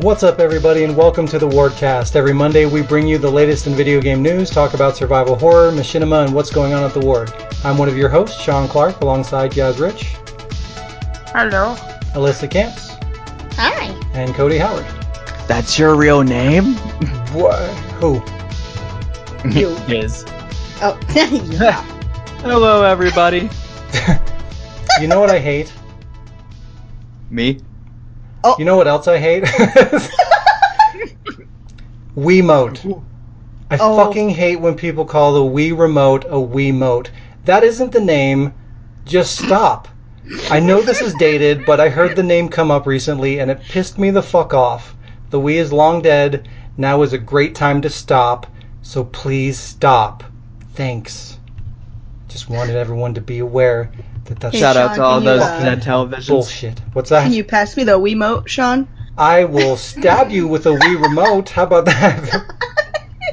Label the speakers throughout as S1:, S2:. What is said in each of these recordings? S1: What's up, everybody, and welcome to the Wardcast. Every Monday, we bring you the latest in video game news, talk about survival horror, machinima, and what's going on at the Ward. I'm one of your hosts, Sean Clark, alongside Yaz Rich,
S2: Hello.
S1: Alyssa Camps,
S3: Hi.
S1: and Cody Howard.
S4: That's your real name?
S1: What? Who?
S3: You.
S4: Is.
S3: Oh. you.
S4: Hello, everybody.
S1: You know what I hate?
S4: Me?
S1: You know what else I hate? Wiimote. I
S3: Oh.
S1: fucking hate when people call the Wii remote a Wiimote. That isn't the name. Just stop. I know this is dated, but I heard the name come up recently and it pissed me the fuck off. The Wii is long dead. Now is a great time to stop. So please stop. Thanks. Just wanted everyone to be aware that that's
S3: Hey,
S4: Shout out
S3: Sean,
S4: to all
S3: can you,
S4: those
S3: uh,
S4: that television.
S1: bullshit. What's that?
S3: Can you pass me the Wiimote, Sean?
S1: I will stab you with a Wii remote. How about that?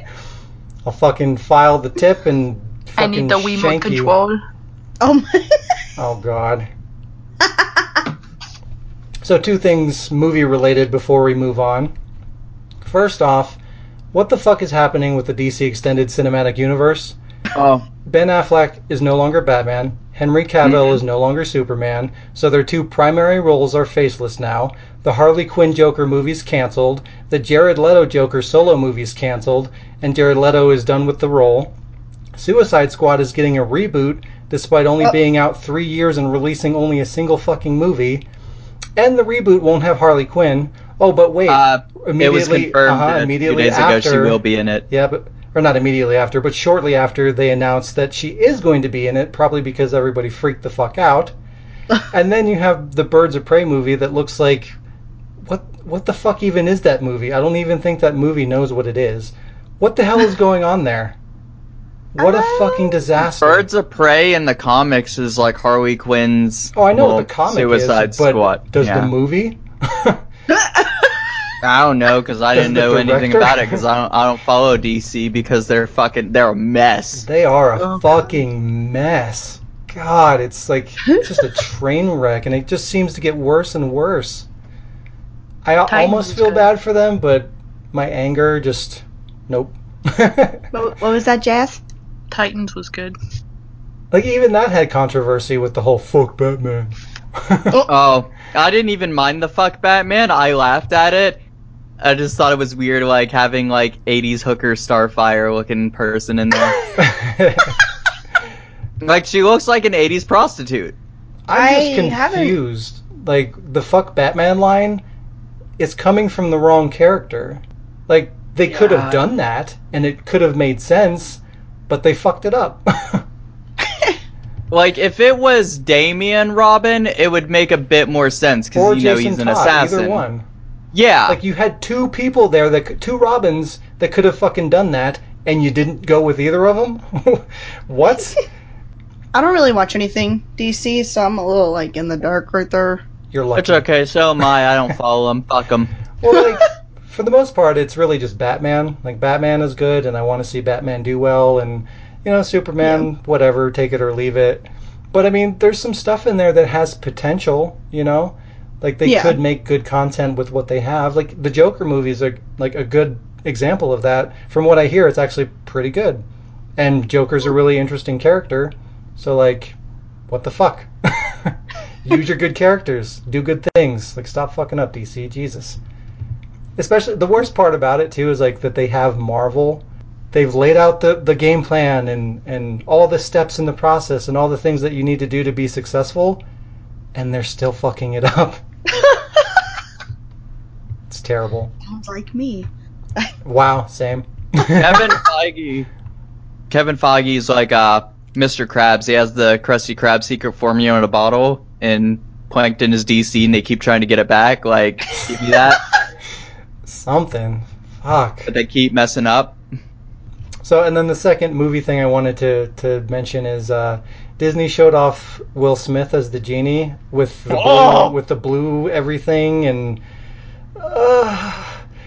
S1: I'll fucking file the tip and
S2: I
S1: fucking
S2: need the Wiimote
S1: shank you.
S2: control.
S3: Oh my.
S1: Oh god. so two things movie related before we move on. First off, what the fuck is happening with the DC extended cinematic universe?
S4: Oh,
S1: Ben Affleck is no longer Batman. Henry Cavill is no longer Superman, so their two primary roles are faceless now. The Harley Quinn Joker movie's canceled. The Jared Leto Joker solo movie's canceled, and Jared Leto is done with the role. Suicide Squad is getting a reboot, despite only
S3: Oh.
S1: being out three years and releasing only a single fucking movie. And the reboot won't have Harley Quinn. Oh, but wait.
S4: uh, it was
S1: Immediately-
S4: confirmed
S1: uh-huh,
S4: that a few
S1: immediately
S4: days ago she
S1: after-
S4: will be in it.
S1: Yeah, but or not immediately after, but shortly after they announced that she is going to be in it, probably because everybody freaked the fuck out. and then you have the Birds of Prey movie that looks like what what the fuck even is that movie? I don't even think that movie knows what it is. What the hell is going on there? What a fucking disaster.
S4: Birds of Prey in the comics is like Harley Quinn's.
S1: Oh, I know what the
S4: little
S1: comic
S4: Suicide
S1: is, but
S4: Squad.
S1: does
S4: Yeah.
S1: the movie?
S4: I don't know because I
S1: Does
S4: didn't
S1: the
S4: know anything
S1: director?
S4: about it because I don't I don't follow DC because they're fucking they're a mess.
S1: They are a
S3: Oh,
S1: fucking mess. God, it's like just a train wreck, and it just seems to get worse and worse. I al-
S2: Titan
S1: almost
S2: was
S1: feel
S2: good.
S1: bad for them, but my anger just nope.
S3: what, what was that, Jazz?
S2: Titans was good.
S1: like even that had controversy with the whole fuck Batman.
S4: Oh, I didn't even mind the fuck Batman. I laughed at it. I just thought it was weird, like having like '80s hooker Starfire looking person in there. like she looks like an '80s prostitute.
S1: I'm
S3: I
S1: just
S3: haven't-
S1: confused. Like the fuck Batman line is coming from the wrong character. Like they could have
S4: Yeah.
S1: done that and it could have made sense, but they fucked it up.
S4: Like if it was Damian Robin, it would make a bit more sense
S1: or
S4: because you know
S1: Jason
S4: he's an
S1: Todd,
S4: assassin. Ah.
S1: either one.
S4: Yeah,
S1: Like you had two people there that could, two Robins that could have fucking done that and you didn't go with either of them? what?
S3: I don't really watch anything DC, so I'm a little like in the dark right there.
S1: You're lucky.
S4: it's okay. So am I. I don't follow him. Fuck him.
S1: well, like for the most part, it's really just Batman. Like Batman is good, and I want to see Batman do well, and you know Superman, whatever, take it or leave it. But I mean, there's some stuff in there that has potential. You know, like they
S3: Yeah.
S1: could make good content with what they have. Like the Joker movies are like a good example of that. From what I hear, it's actually pretty good, and Joker's a really interesting character. So like, what the fuck? Use your good characters, do good things. Like stop fucking up, DC. Jesus especially the worst part about it too is like that they have Marvel. They've laid out the, the game plan and, and all the steps in the process and all the things that you need to do to be successful, and they're still fucking it up. It's terrible.
S3: Sounds like me.
S1: Wow, same.
S4: Kevin Feige. Kevin Feige's like uh, Mr. Krabs. He has the Krusty Krab secret formula in a bottle, and Plankton is DC, and they keep trying to get it back. Like, give me that,
S1: Something. Fuck.
S4: but they keep messing up.
S1: So, and then the second movie thing I wanted to, to mention is uh, Disney showed off Will Smith as the genie with the
S4: Oh!
S1: blue, with the blue everything and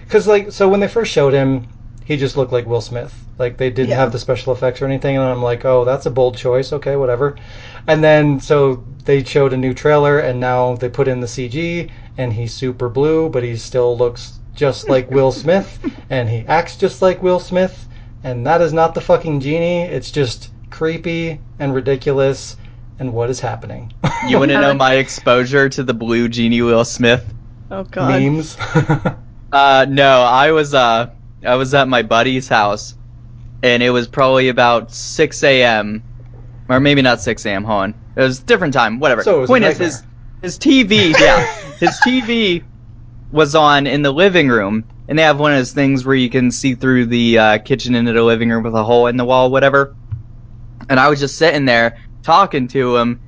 S1: because like so when they first showed him, he just looked like Will Smith. Like they didn't
S3: Yeah.
S1: have the special effects or anything, and I'm like, oh, that's a bold choice. Okay, whatever. And then so they showed a new trailer, and now they put in the CG, and he's super blue, but he still looks just like Will Smith, and he acts just like Will Smith, and that is not the fucking genie. It's just creepy and ridiculous. And what is happening?
S4: You want to know my exposure to the blue genie Will Smith?
S3: Oh god.
S1: memes?
S4: Uh, no, I was uh, I was at my buddy's house, and it was probably about six a.m. or maybe not six a.m. Hold on, it was a different time. Whatever.
S1: So it was a
S4: Point is, his his TV, yeah, his TV was on in the living room, and they have one of those things where you can see through the uh, kitchen into the living room with a hole in the wall, whatever. And I was just sitting there talking to him,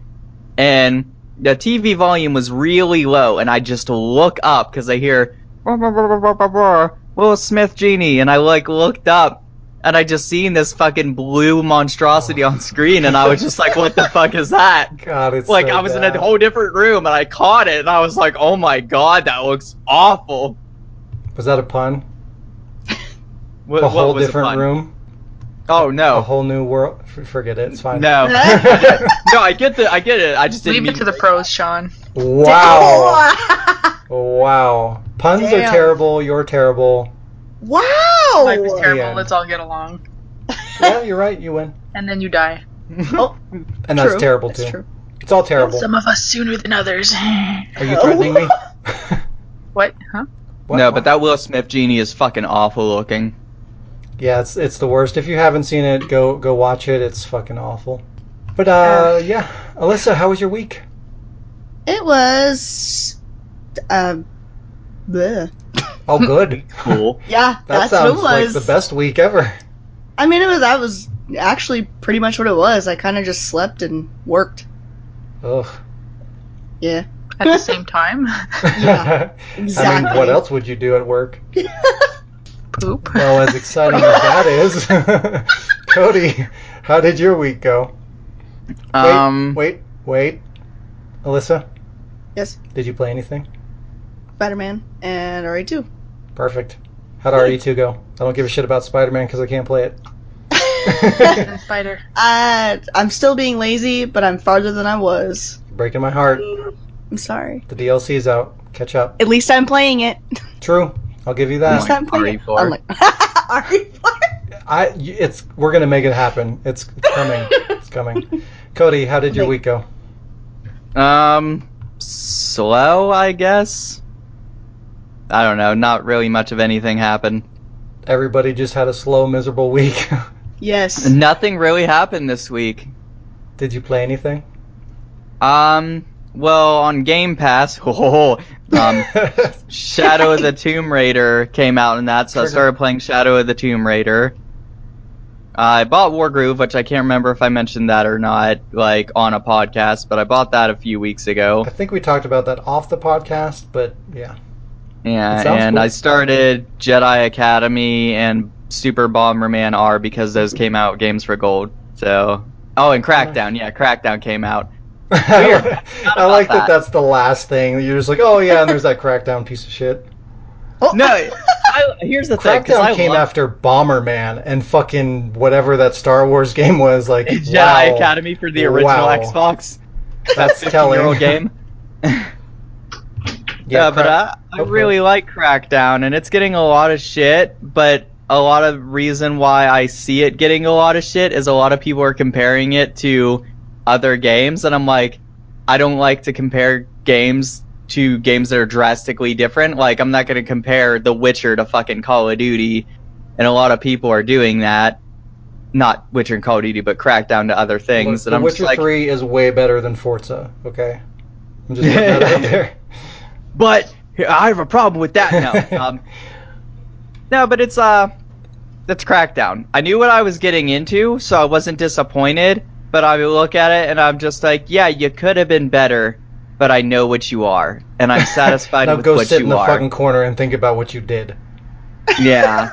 S4: and the TV volume was really low, and I just look up because I hear "Roar, roar, roar, roar, roar, roar, Will Smith genie, and I like looked up. And I just seen this fucking blue monstrosity on screen, and I was just like, "What the fuck is that?"
S1: God, it's
S4: like
S1: so
S4: I was in
S1: bad.
S4: a whole different room, and I caught it, and I was like, "Oh my god, that looks awful."
S1: Was that a pun?
S4: What,
S1: a
S4: what
S1: whole
S4: was the
S1: different
S4: pun?
S1: room,
S4: Oh
S1: a
S4: no,
S1: whole new world. F- forget it. It's fine.
S4: no, no! I get the, I get it. I just didn't
S2: Leave
S4: mean
S2: it to the pros, Sean.
S1: Wow. wow. Puns are
S3: Damn.
S1: terrible. You're terrible.
S3: wow.
S2: Life is terrible.
S1: Oh, Yeah.
S2: Let's all get along.
S1: Yeah, you're right. You win.
S2: And then you die.
S3: Oh,
S1: And
S3: true.
S1: that's terrible
S3: That's
S1: too.
S3: true.
S1: It's all terrible.
S2: Some of us sooner than others.
S1: Are you threatening me?
S2: what? Huh?
S1: What?
S4: No, but that Will Smith genie is fucking awful looking.
S1: Yeah, it's it's the worst. If you haven't seen it, go go watch it. It's fucking awful. But uh, yeah, Alyssa, how was your week?
S3: It was. Uh, bleh.
S1: Oh, good.
S4: Cool.
S3: Yeah,
S1: That
S3: that's what it
S1: sounds
S3: was.
S1: like the best week ever.
S3: I mean, it was that was actually pretty much what it was. I kind of just slept and worked.
S1: Ugh.
S3: Yeah.
S2: At the same time?
S3: Yeah,
S1: I mean, what
S3: exactly.
S1: else would you do at work?
S2: Poop.
S1: Well, as exciting as that is, Cody, how did your week go? Wait,
S4: Um,
S1: wait, wait. Alyssa,
S3: Yes,
S1: did you play anything?
S3: Spider Man and RE2.
S1: Perfect. How'd RE2 go? I don't give a shit about Spider Man because I can't play it.
S2: And spider.
S3: Uh, I'm still being lazy, but I'm farther than I was.
S1: Breaking my heart.
S3: I'm sorry.
S1: The DLC's out. Catch up.
S3: At least I'm playing it.
S1: True. I'll give you
S3: At
S1: that.
S3: least I'm playing
S4: RE4.
S3: it. I'm like, E RE4?
S1: I. y- It's. We're gonna make it happen. It's, it's coming. it's coming. Cody, how did your
S3: Wait.
S1: week go?
S4: um, slow, I guess. I don't know. Not really much of anything happened.
S1: Everybody just had a slow, miserable week.
S3: Yes.
S4: Nothing really happened this week.
S1: did you play anything?
S4: Um, well, on Game Pass, um, Shadow of the Tomb Raider came out, and that so I
S1: Trigger.
S4: started playing Shadow of the Tomb Raider. I bought Wargroove, which I can't remember if I mentioned that or not, like on a podcast, but I bought that a few weeks ago.
S1: I think we talked about that off the podcast, but yeah. It
S4: Yeah,
S1: sounds
S4: and
S1: cool.
S4: I started Jedi Academy and Super Bomberman R because those came out games for gold. So, oh, and Crackdown, yeah, Crackdown came out.
S1: I
S4: about
S1: like that.
S4: that.
S1: That's the last thing. You're just like, oh yeah, and there's that Crackdown piece of shit.
S3: Oh,
S4: No, I, here's the thing, 'cause I
S1: Crackdown came
S4: love
S1: after Bomberman and fucking whatever that Star Wars game was. Like,
S4: Jedi
S1: wow,
S4: Academy for the original
S1: Wow.
S4: Xbox.
S1: That's telling.
S4: year old game. Yeah, but
S1: Crack-
S4: I, I
S1: okay.
S4: really like Crackdown, and it's getting a lot of shit. But a lot of reason why I see it getting a lot of shit is a lot of people are comparing it to other games, and I'm like, I don't like to compare games to games that are drastically different. Like, I'm not going to compare The Witcher to fucking Call of Duty, and a lot of people are doing that. Not Witcher and Call of Duty, but Crackdown to other things.
S1: Look,
S4: and
S1: The
S4: I'm just
S1: Witcher
S4: like,
S1: Three is way better than Forza. Okay, I'm just putting that out there.
S4: but I have a problem with that now. um, no, but it's uh, that's Crackdown. I knew what I was getting into, so I wasn't disappointed. But I look at it and I'm just like, yeah, you could have been better, but I know what you are, and I'm satisfied
S1: now
S4: with
S1: go
S4: what
S1: sit
S4: you
S1: in the
S4: are.
S1: fucking corner and think about what you did.
S4: Yeah,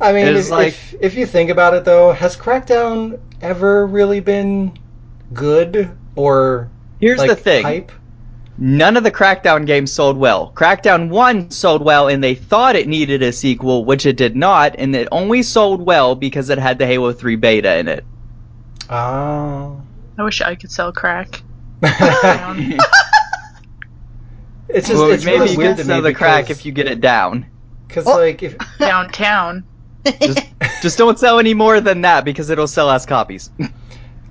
S1: I mean,
S4: It is
S1: if,
S4: like-
S1: if if you think about it though, has Crackdown ever really been good or
S4: here's
S1: like
S4: the thing.
S1: hype?
S4: None of the Crackdown games sold well. Crackdown 1 sold well and they thought it needed a sequel, which it did not, and it only sold well because it had the Halo 3 beta in it.
S1: Oh.
S2: I wish I could sell crack.
S1: it It's just
S4: well,
S1: it's
S4: maybe
S1: really
S4: you
S1: weird
S4: get
S1: to
S4: some
S1: me
S4: of the crack
S1: because-
S4: if you get it down.
S1: Because
S3: Oh.
S1: like, if,
S2: downtown.
S4: Just, just don't sell any more than that because it'll sell us copies.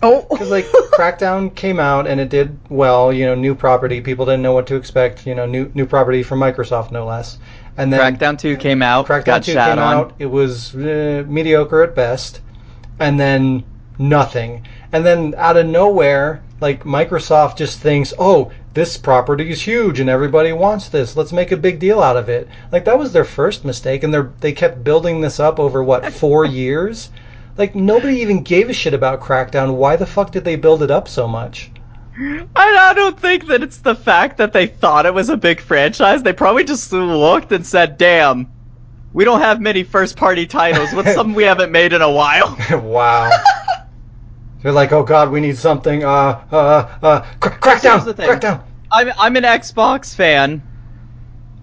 S3: oh,
S1: Because like Crackdown came out and it did well, you know, new property. People didn't know what to expect, you know, new new property from Microsoft, no less. And then
S4: Crackdown 2 came out, got
S1: Crackdown Two came
S4: shat on.
S1: out. It was uh, mediocre at best, and then nothing. And then out of nowhere, like Microsoft just thinks, oh, this property is huge and everybody wants this. Let's make a big deal out of it. Like that was their first mistake, and they are they kept building this up over what four years. Like nobody even gave a shit about Crackdown. Why the fuck did they build it up so much?
S4: I, I don't think that it's the fact that they thought it was a big franchise. They probably just looked and said, damn, we don't have many first party titles. What's something we haven't made in a while?
S1: wow. They're like, oh god, we need something. Uh, uh, uh, crack,
S4: Here's the
S1: crackdown,
S4: thing.
S1: crackdown.
S4: I'm, I'm an Xbox fan,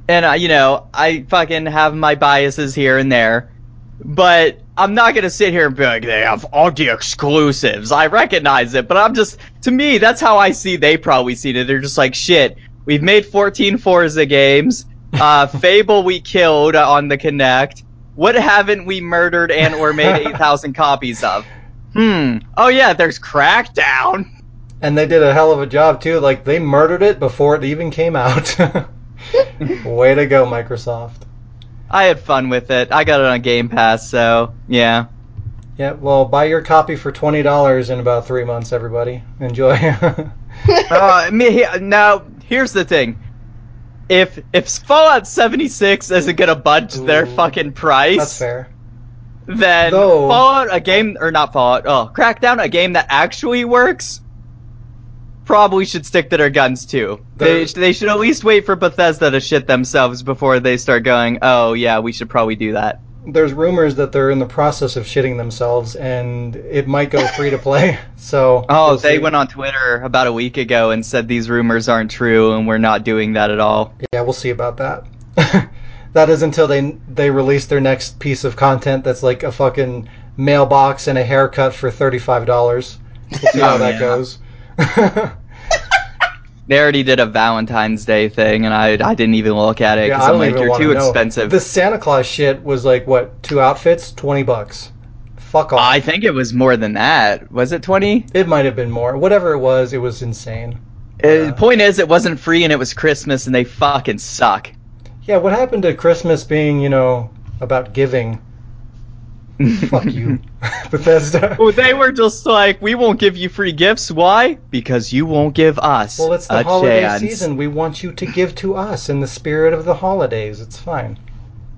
S4: and, I, you know, I fucking have my biases here and there, but I'm not going to sit here and be like, they have all the exclusives. I recognize it, but I'm just, to me, that's how I see they probably see it. They're just like, shit, we've made 14 Forza games. Uh, Fable we killed on the Kinect. What haven't we murdered and or made 8,000 copies of? Hmm. Oh yeah, there's Crackdown.
S1: And they did a hell of a job too. Like they murdered it before it even came out. Way to go, Microsoft.
S4: I had fun with it. I got it on Game Pass, so yeah.
S1: Yeah, well, buy your copy for twenty dollars in about three months, everybody. Enjoy.
S4: Uh, me, he- now here's the thing: if if Fallout 76 isn't gonna budge their
S1: Ooh,
S4: fucking price,
S1: That's fair.
S4: then
S1: Though-
S4: Fallout a game or not Fallout, oh Crackdown a game that actually works, probably should stick to their guns too. They
S1: There-
S4: sh- they should at least wait for Bethesda to shit themselves before they start going. Oh yeah, we should probably do that.
S1: There's rumors that they're in the process of shitting themselves, and it might go free to play. So
S4: Oh,
S1: we'll
S4: they
S1: see.
S4: went on Twitter about a week ago and said these rumors aren't true and we're not doing that at all.
S1: Yeah, we'll see about that. that is until they they release their next piece of content that's like a fucking mailbox and a haircut for thirty five dollars. We'll see how
S4: Oh,
S1: that
S4: yeah.
S1: goes.
S4: They already did a Valentine's Day thing, and I I didn't even look at it
S1: yeah,
S4: because
S1: I
S4: I'm
S1: don't
S4: like,
S1: even
S4: you're
S1: want
S4: too
S1: to know.
S4: expensive.
S1: The Santa Claus shit was like what two outfits, twenty bucks. Fuck off.
S4: I think it was more than that. Was it 20?
S1: it might have been more. Whatever it was, it was insane.
S4: The Uh, point is, it wasn't free and it was Christmas, and they fucking suck.
S1: Yeah, what happened to Christmas being, you know, about giving? Fuck you, Bethesda.
S4: Well, they were just like, we won't give you free gifts. Why? Because you won't give us
S1: Well, it's the
S4: a
S1: holiday
S4: chance.
S1: season. We want you to give to us in the spirit of the holidays. It's fine.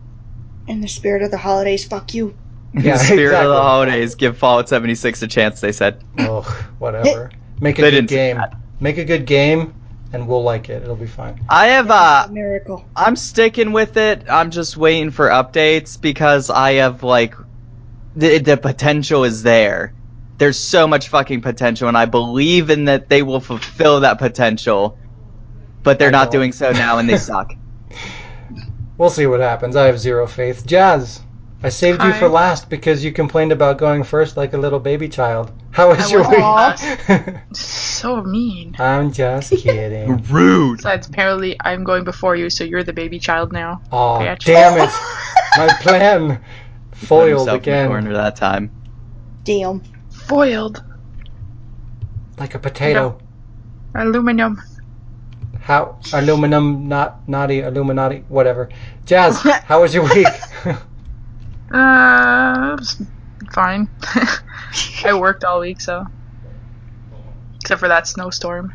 S3: in the spirit of the holidays, fuck you.
S4: In
S1: Yeah,
S4: the spirit of
S1: exactly.
S4: the holidays, give Fallout 76 a chance. They said.
S1: Ugh, whatever. Make a
S4: They
S1: good
S4: didn't say
S1: game.
S4: that.
S1: Make a good game, and we'll like it. It'll be fine.
S4: I have uh,
S3: It's a miracle.
S4: I'm sticking with it. I'm just waiting for updates because I have like the, the potential is there. There's so much fucking potential, and I believe in that they will fulfill that potential. But they're
S1: I
S4: not
S1: know.
S4: doing so now, and they suck.
S1: We'll see what happens. I have zero faith. Jazz, I saved you
S2: Hi.
S1: for last because you complained about going first like a little baby child. How was
S2: I
S1: your
S2: wasn't
S1: week?
S2: So mean.
S1: I'm just kidding.
S4: Rude.
S2: Besides, apparently, I'm going before you, so you're the baby child now.
S1: Oh,
S2: Bitch.
S1: damn it. My plan foiled again.
S4: corner that time.
S3: Damn.
S2: Foiled.
S1: Like a potato.
S2: Aluminum.
S1: How aluminum not naughty Illuminati whatever. Jazz, how was your week?
S2: Uh, s- fine. I worked all week, so. Except for that snowstorm.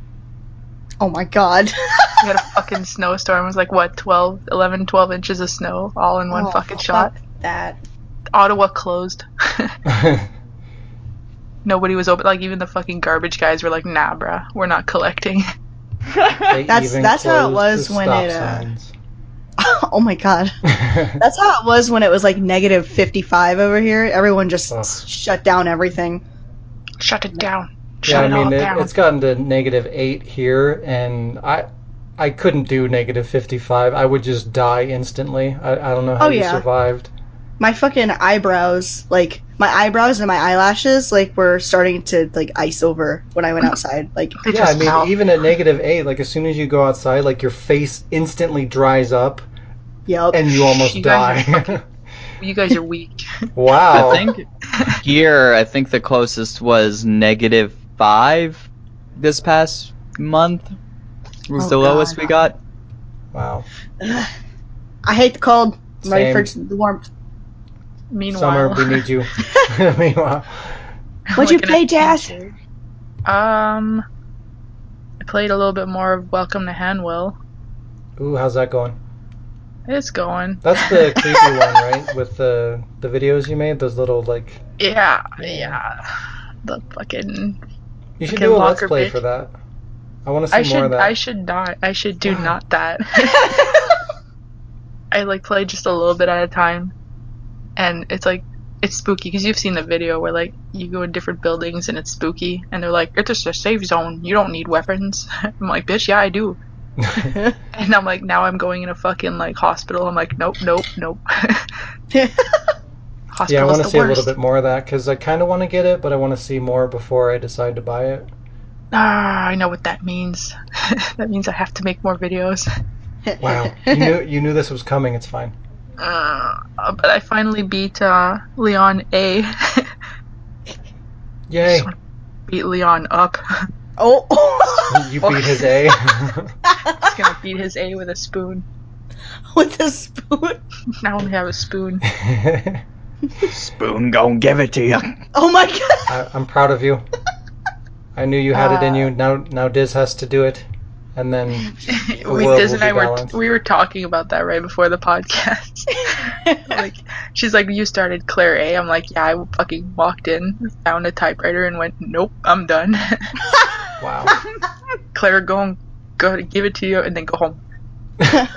S3: Oh my god.
S2: We had a fucking snowstorm. It was like, what, 12, 11, 12 inches of snow all in one
S3: Oh,
S2: fucking
S3: fuck
S2: shot.
S3: That.
S2: Ottawa closed. Nobody was open. Like, even the fucking garbage guys were like, nah, bruh, we're not collecting.
S1: They
S3: That's-
S1: even
S3: that's how it
S1: closed the
S3: was when
S1: stop
S3: it, uh,
S1: signs.
S3: oh my god. That's how it was when it was like negative 55 over here. Everyone just
S1: Ugh.
S3: shut down everything.
S2: Shut it down.
S1: yeah,
S2: Shut
S1: I
S2: it all
S1: mean it,
S2: down.
S1: it's gotten to negative eight here, and I I couldn't do negative fifty five. I would just die instantly. I, I don't know how
S3: Oh,
S1: you
S3: yeah.
S1: survived.
S3: My fucking eyebrows, like, my eyebrows and my eyelashes like were starting to like ice over when I went outside. Like
S2: They
S1: yeah, I
S2: just
S1: mean,
S2: melt.
S1: even at negative eight, like as soon as you go outside, like your face instantly dries up
S3: yep.
S1: and you almost
S2: You guys are
S1: die.
S2: You guys are weak.
S1: wow.
S4: I think here, I think the closest was negative five this past month was
S2: Oh,
S4: the lowest
S2: God.
S4: we got.
S1: Wow.
S3: I hate the cold. I'm ready for
S1: Same.
S3: the warmth.
S2: Meanwhile,
S1: Summer, we need you. Meanwhile,
S3: What'd you
S2: Looking
S3: play,
S2: at-
S3: Jazz?
S2: Um, I played a little bit more of Welcome to Hanwell.
S1: ooh, how's that going?
S2: It's going.
S1: That's the creepy one, right? With the the videos you made, those little like.
S2: Yeah, yeah. The fucking.
S1: You should
S2: Okay,
S1: do a let's
S2: Walker
S1: play
S2: Bit.
S1: for that. I want to see
S2: I
S1: more of
S2: should.
S1: that.
S2: I should not. I should do not that. I like play just a little bit at a time, and it's like it's spooky because you've seen the video where like you go in different buildings and it's spooky, and they're like it's just a safe zone. You don't need weapons. I'm like, bitch, yeah, I do. And I'm like, now I'm going in a fucking like hospital. I'm like, nope, nope, nope. Hospital's
S1: yeah, I want
S2: the
S1: to see a
S2: worst.
S1: little bit more of that because I kind of want to get it, but I want to see more before I decide to buy it.
S2: Ah, I know what that means. that means I have to make more videos.
S1: Wow, you knew you knew this was coming. It's fine.
S2: Uh, but I finally beat uh, Leon A.
S1: Yay!
S2: beat Leon up.
S3: oh,
S1: You beat his A.
S2: He's gonna beat his A with a spoon.
S3: with a spoon.
S2: I only have a spoon.
S1: I,
S4: Spoon gon' give it to you.
S3: Oh my god.
S1: I'm proud of you. I knew you had it in
S2: Uh.
S1: you. Now now Diz has to do it, and then
S2: we,
S1: world
S2: Diz
S1: will
S2: and
S1: be
S2: I were
S1: balanced.
S2: we were talking about that right before the podcast. like she's like, you started Claire A. I'm like, yeah, I fucking walked in, found a typewriter, and went, nope, I'm done.
S1: wow.
S2: Claire, go and go to give it to you, and then go home.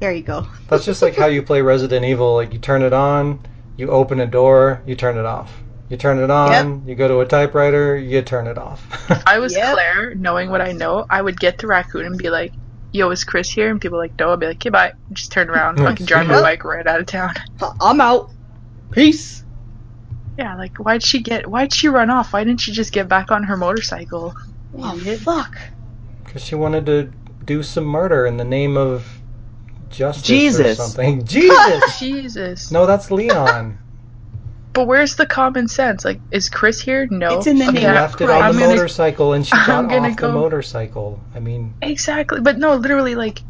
S3: there you go.
S1: That's just like how you play Resident Evil. Like you turn it on, you open a door, you turn it off. You turn it on, you go to a typewriter, you turn it off.
S2: I was
S3: Yep.
S2: Claire, knowing what I know, I would get to Raccoon and be like, yo, is Chris here? And people were like, no. I'd be like, okay, bye. And Just turn around, fucking drive my
S1: Yeah.
S2: bike right out of town.
S3: I'm out. Peace.
S2: Yeah, like why'd she get? Why'd she run off? Why didn't she just get back on her motorcycle?
S3: Oh
S2: Idiot.
S3: fuck.
S1: Because she wanted to do some murder in the name of justice
S4: Jesus.
S1: or something. Jesus!
S2: Jesus.
S1: no, that's Leon.
S2: But where's the common sense? Like, is Chris here? No.
S3: It's in the
S2: Okay,
S1: He
S3: name. Yeah,
S1: left it
S2: I'm
S1: on the
S2: gonna-
S1: motorcycle and she
S2: I'm
S1: got
S2: gonna
S1: off the
S2: go-
S1: motorcycle. I mean,
S2: Exactly. But no, literally, like,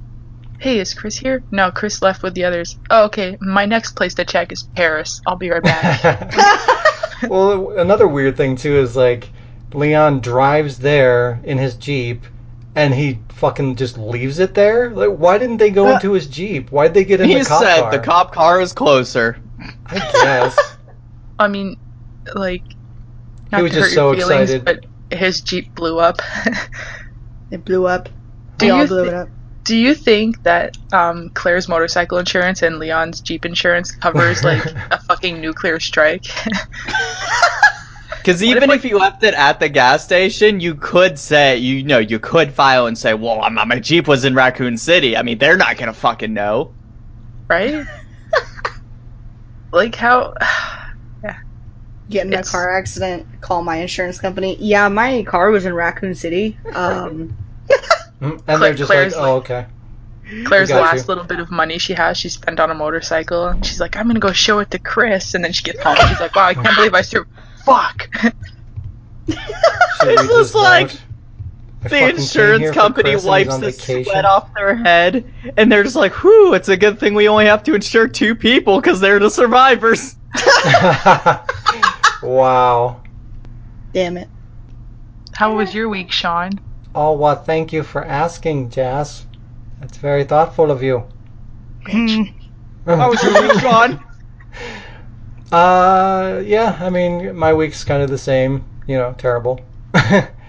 S2: hey, is Chris here? No, Chris left with the others. Oh, okay. My next place to check is Paris. I'll be right back.
S1: well, another weird thing too is like Leon drives there in his jeep, and he fucking just leaves it there. Like, why didn't they go
S4: Uh,
S1: into his jeep? Why'd they get in
S4: He
S1: the cop
S4: said
S1: car?
S4: the cop car was closer.
S1: I guess.
S2: I mean, like, not
S1: was
S2: to
S1: just
S2: hurt
S1: so
S2: your feelings,
S1: excited.
S2: but his jeep blew up.
S3: It blew up. we
S2: Do you
S3: all blew
S2: thi-
S3: it up.
S2: Do you think that um, Claire's motorcycle insurance and Leon's jeep insurance covers like a fucking nuclear strike?
S4: Because even if, you left it at the gas station, you could say, you know, you could file and say, well, my, my Jeep was in Raccoon City. I mean, they're not going to fucking know.
S2: right? like how?
S3: Get in a
S2: It's-
S3: car accident. Call my insurance company. Yeah, my car was in Raccoon City. Um,
S1: And they're just
S2: Claire's
S1: like, oh, okay.
S2: Claire's
S1: We got
S2: last
S1: you.
S2: little bit of money she has, she spent on a motorcycle. and She's like, I'm gonna go show it to Chris, and then she gets home. She's like, Wow, I can't believe I threw. Fuck.
S1: Should we
S4: It's just
S1: just
S4: like,
S1: vote? I fucking
S4: The
S1: came here
S4: insurance
S1: for
S4: company
S1: Chris and he's
S4: wipes
S1: on
S4: the
S1: vacation.
S4: sweat off their head, and they're just like, whew, it's a good thing we only have to insure two people because they're the survivors.
S1: wow.
S3: damn it.
S2: How was your week, Sean?
S1: Oh, well, thank you for asking, Jazz. That's very thoughtful of you.
S4: How was your week, Sean?
S1: Uh, yeah. I mean, my week's kind of the same. You know, terrible.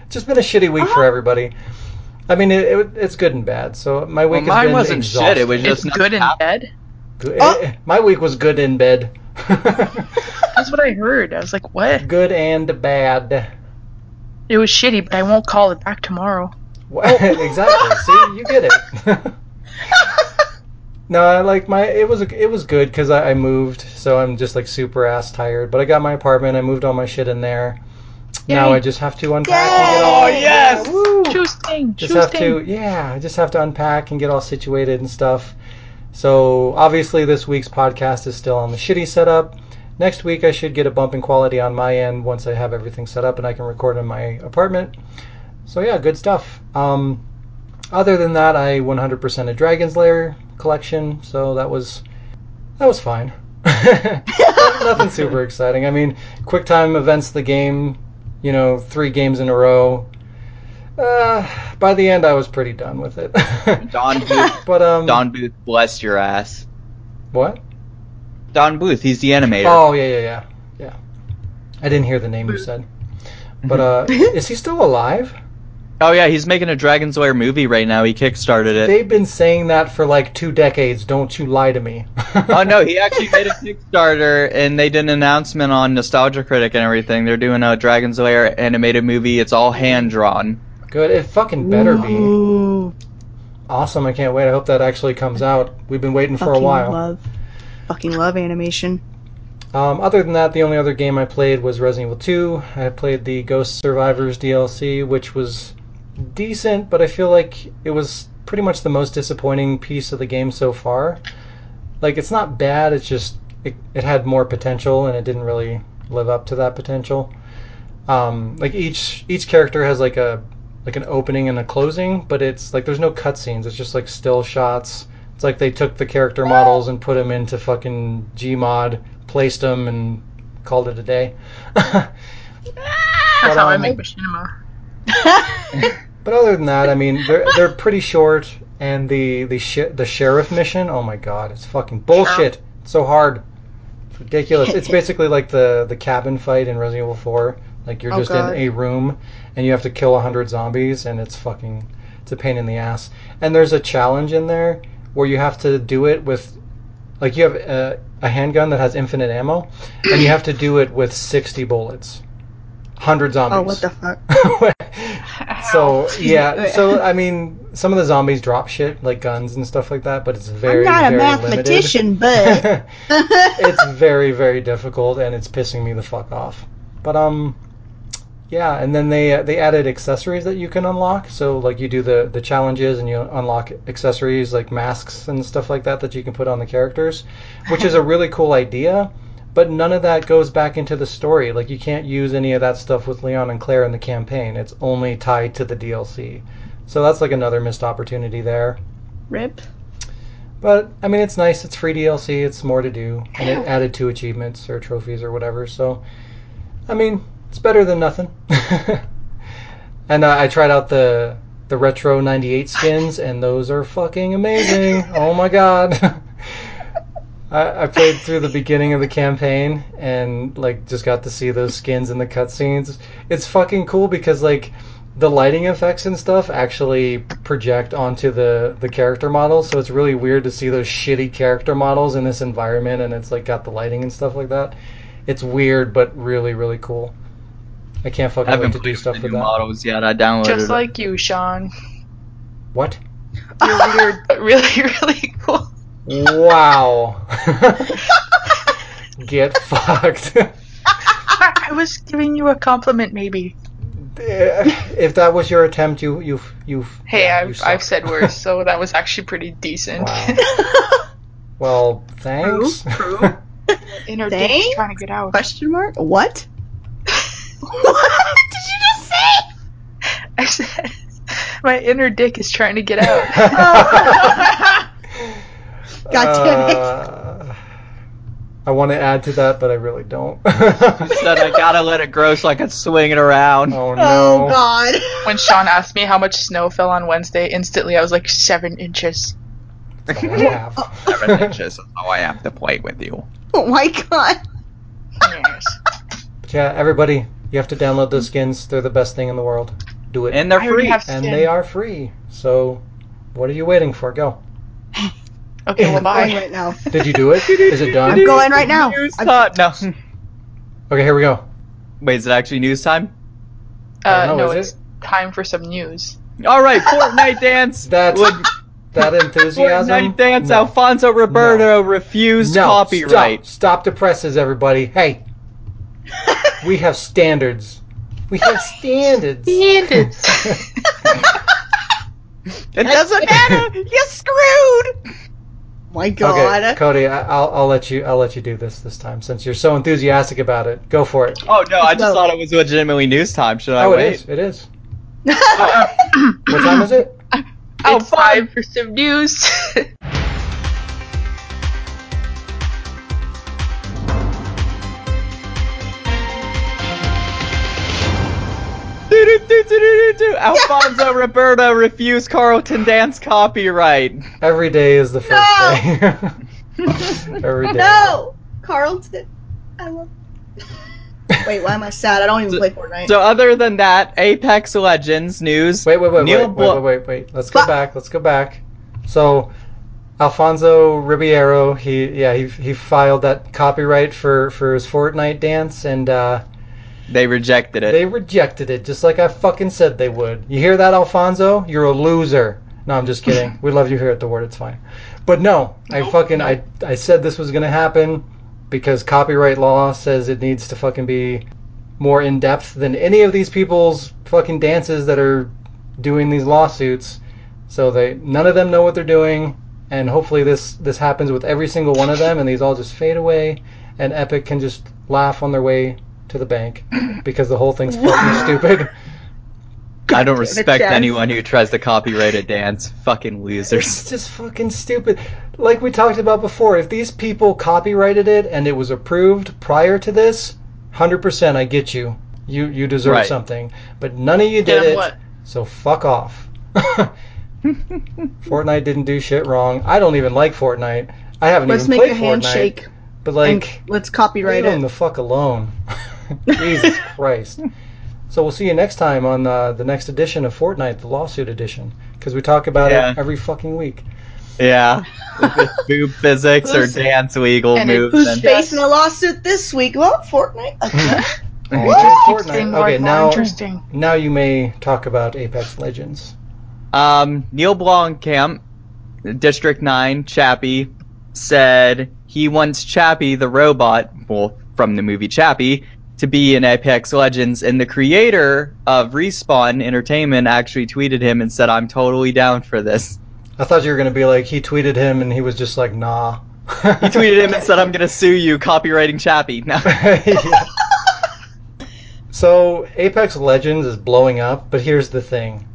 S1: Just been a shitty week
S4: Uh-huh.
S1: for everybody. I mean, it, it, it's good and bad. So my week.
S4: Well,
S1: has
S4: mine
S1: been
S4: wasn't shit. It was
S1: exhausting.
S4: just
S2: It's good in
S4: not
S2: bed.
S1: Go- eh, my week was good in bed.
S2: That's what I heard. I was like, What?
S1: good and bad.
S2: It was shitty, but I won't call it back tomorrow.
S1: Wha- exactly. See, you get it. Oh. No, I like my it was it was good because I, I moved, so I'm just like super ass tired. But I got my apartment. I moved all my shit in there. Now
S2: Yay.
S1: I just have to unpack and get all.
S3: Yay! Oh, yes!
S1: Woo!
S2: Choose thing.
S1: just
S2: choose
S1: have
S2: thing.
S1: to yeah i just have to unpack and get all situated and stuff so obviously this week's podcast is still on the shitty setup next week i should get a bump in quality on my end once i have everything set up and i can record in my apartment so yeah good stuff um, other than that i 100% a dragon's lair collection so that was that was fine nothing super exciting i mean quicktime events the game you know three games in a row uh, by the end, I was pretty done with it.
S4: Don Booth,
S1: but um,
S4: Don Booth, bless your ass.
S1: what?
S4: Don Booth, he's the animator.
S1: Oh yeah, yeah, yeah, yeah. I didn't hear the name you said. But uh,
S4: Mm-hmm.
S1: is he still alive?
S4: Oh, yeah, he's making a Dragon's Lair movie right now. He kickstarted it.
S1: They've been saying that for like two decades. Don't you lie to me.
S4: oh no, he actually made a Kickstarter and they did an announcement on Nostalgia Critic and everything. They're doing a Dragon's Lair animated movie. It's all hand drawn.
S1: Oh, Good. It fucking better be
S3: Ooh,
S1: awesome. I can't wait. I hope that actually comes out. We've been waiting for a
S3: fucking
S1: while.
S3: Love, fucking love animation.
S1: Um, other than that, the only other game I played was Resident Evil 2. I played the Ghost Survivors DLC, which was decent, but I feel like it was pretty much the most disappointing piece of the game so far. Like, it's not bad, it's just it, it had more potential, and it didn't really live up to that potential. Um, like each each character has like a like an opening and a closing, but it's like there's no cutscenes. It's just like still shots. It's like they took the character models and put them into fucking Gmod, placed them, and called it a day.
S2: That's
S1: But,
S2: how I
S1: um,
S2: make machinima.
S1: But other than that, I mean, they're they're pretty short, and the the sh- the sheriff mission. Oh my god, it's fucking bullshit. It's so hard, it's ridiculous. It's basically like the the cabin fight in Resident Evil Four. Like you're
S3: Oh,
S1: just
S3: God.
S1: in a room, and you have to kill a hundred zombies, and it's fucking it's a pain in the ass. And there's a challenge in there where you have to do it with, like you have a, a handgun that has infinite ammo, and you have to do it with sixty bullets, hundred zombies.
S3: Oh, what the fuck?
S1: so yeah, so I mean, some of the zombies drop shit like guns and stuff like that, but it's very
S3: I'm not a
S1: very
S3: mathematician, but
S1: limited. it's very very difficult, and it's pissing me the fuck off. But um, yeah, and then they uh, they added accessories that you can unlock. So like you do the the challenges, and you unlock accessories like masks and stuff like that that you can put on the characters, which is a really cool idea. But none of that goes back into the story. Like you can't use any of that stuff with Leon and Claire in the campaign. It's only tied to the DLC. So that's like another missed opportunity there.
S3: rip.
S1: But I mean, it's nice. It's free DLC. It's more to do, and it added two achievements or trophies or whatever. So, I mean, it's better than nothing. and uh, I tried out the the retro '98 skins, and those are fucking amazing. oh my god. I, I played through the beginning of the campaign and like just got to see those skins in the cutscenes. It's fucking cool because like the lighting effects and stuff actually project onto the the character models, so it's really weird to see those shitty character models in this environment, and it's like got the lighting and stuff like that. It's weird, but really, really cool. I can't
S4: I
S1: fucking
S4: haven't
S1: wait to
S4: played
S1: do
S4: with
S1: stuff
S4: the
S1: with
S4: new
S1: that.
S4: models yet. I downloaded
S2: Just
S4: it.
S2: like you, Sean.
S1: What?
S2: You're weird, but really, really cool.
S1: Wow. Get fucked.
S2: I I was giving you a compliment, maybe.
S1: if that was your attempt, you you you.
S2: Hey,
S1: yeah, you
S2: I've
S1: suck.
S2: I've said worse, so that was actually pretty decent.
S1: Wow. Well, thanks.
S2: True, true. Inner dick's
S3: Thanks?
S2: trying to get out.
S3: Question mark? What? what did you just say?
S2: I said, my inner dick is trying to get out.
S1: God
S3: damn it.
S1: Uh, I want to add to that, but I really don't.
S4: Said I gotta let it grow so I can swing it around.
S1: oh no!
S3: Oh God.
S2: when Sean asked me how much snow fell on Wednesday, instantly I was like seven inches.
S1: That's all I have.
S4: Seven inches is how I have to play with you.
S3: Oh my God.
S2: Yes.
S1: But yeah, everybody, you have to download those skins. They're the best thing in the world. Do it,
S4: And they're
S2: I already
S4: free.
S2: have
S1: and
S2: skin.
S1: they are free. So, what are you waiting for? Go.
S2: Okay, well,
S1: I'm
S3: Going
S2: bye.
S3: right now.
S1: Did you do it? Is it done?
S3: I'm going right now.
S4: News
S3: I'm-
S4: time. No.
S1: Okay, here we go.
S4: Wait, is it actually news time?
S1: I
S2: Uh,
S1: don't know,
S2: no,
S1: Oh, is
S2: it's time for some news.
S4: All right, Fortnite dance.
S1: That's
S4: would
S1: that enthusiasm.
S4: Fortnite dance
S1: No.
S4: Alfonso Roberto refused
S1: No,
S4: copyright.
S1: Stop, stop the presses, everybody. Hey, we have standards. We have standards.
S4: It doesn't matter. You're screwed.
S3: My God.
S1: Okay, Cody, I- I'll, I'll let you. I'll let you do this this time since you're so enthusiastic about it. Go for it.
S4: Oh no! I just
S3: No.
S4: thought it was legitimately news time. Should I
S1: oh,
S4: wait?
S1: it is. It is. What time is it?
S4: Oh,
S2: it's
S4: fuck.
S2: time for some news.
S4: Do-do-do-do-do-do-do. Alfonso Roberto refused Carlton dance copyright.
S1: Every day is the first
S3: No!
S1: day. Every day.
S3: no, Carlton. I love. Wait, why am I sad? I don't even
S4: So-
S3: play Fortnite.
S4: So other than that, Apex Legends news.
S1: Wait, wait, wait,
S4: Neil
S1: wait,
S4: Blo-
S1: wait, wait, wait, wait. Let's go back. Let's go back. So, Alfonso Ribeiro, he yeah, he he filed that copyright for for his Fortnite dance, and uh,
S4: They rejected it.
S1: they rejected it, just like I fucking said they would. You hear that, Alfonso? You're a loser. No, I'm just kidding. we love you here at the Word. It's fine. But no, I fucking I I said this was gonna happen because copyright law says it needs to fucking be more in depth than any of these people's fucking dances that are doing these lawsuits. So they none of them know what they're doing, and hopefully this this happens with every single one of them, and these all just fade away, and Epic can just laugh on their way to the bank because the whole thing's fucking stupid.
S4: I don't
S3: damn it,
S4: respect
S3: Chad.
S4: anyone who tries to copyright a dance. Fucking losers.
S1: It's just fucking stupid. Like we talked about before, if these people copyrighted it and it was approved prior to this, hundred percent, I get you. You you deserve
S4: Right.
S1: something, but none of you did
S2: Get him
S1: it.
S2: what?
S1: So fuck off. Fortnite didn't do shit wrong. I don't even like Fortnite. I haven't
S3: let's
S1: even
S3: make a
S1: played
S3: handshake
S1: Fortnite. But like,
S3: and let's copyright
S1: leave them
S3: it.
S1: the fuck alone. Jesus Christ. So we'll see you next time on uh, the next edition of Fortnite, the lawsuit edition, because we talk about
S4: Yeah.
S1: it every fucking week.
S4: yeah. If it's boob physics or
S2: Who's-
S4: dance legal
S2: and it-
S4: moves.
S3: Who's
S4: and-
S3: facing a lawsuit this week? Well, Fortnite. Okay.
S1: Always
S2: Getting
S1: Fortnite.
S2: more
S1: Okay,
S2: and more
S1: now
S2: interesting.
S1: now you may talk about Apex Legends.
S4: Um, Neil Blomkamp, District 9, Chappie, said he wants Chappie the robot, well, from the movie Chappie, to be in Apex Legends, and the creator of Respawn Entertainment actually tweeted him and said, I'm totally down for this.
S1: I thought you were gonna be like he tweeted him and he was just like nah.
S4: He tweeted him and said, I'm gonna sue you copywriting Chappie. No.
S1: Yeah. So Apex Legends is blowing up, but here's the thing: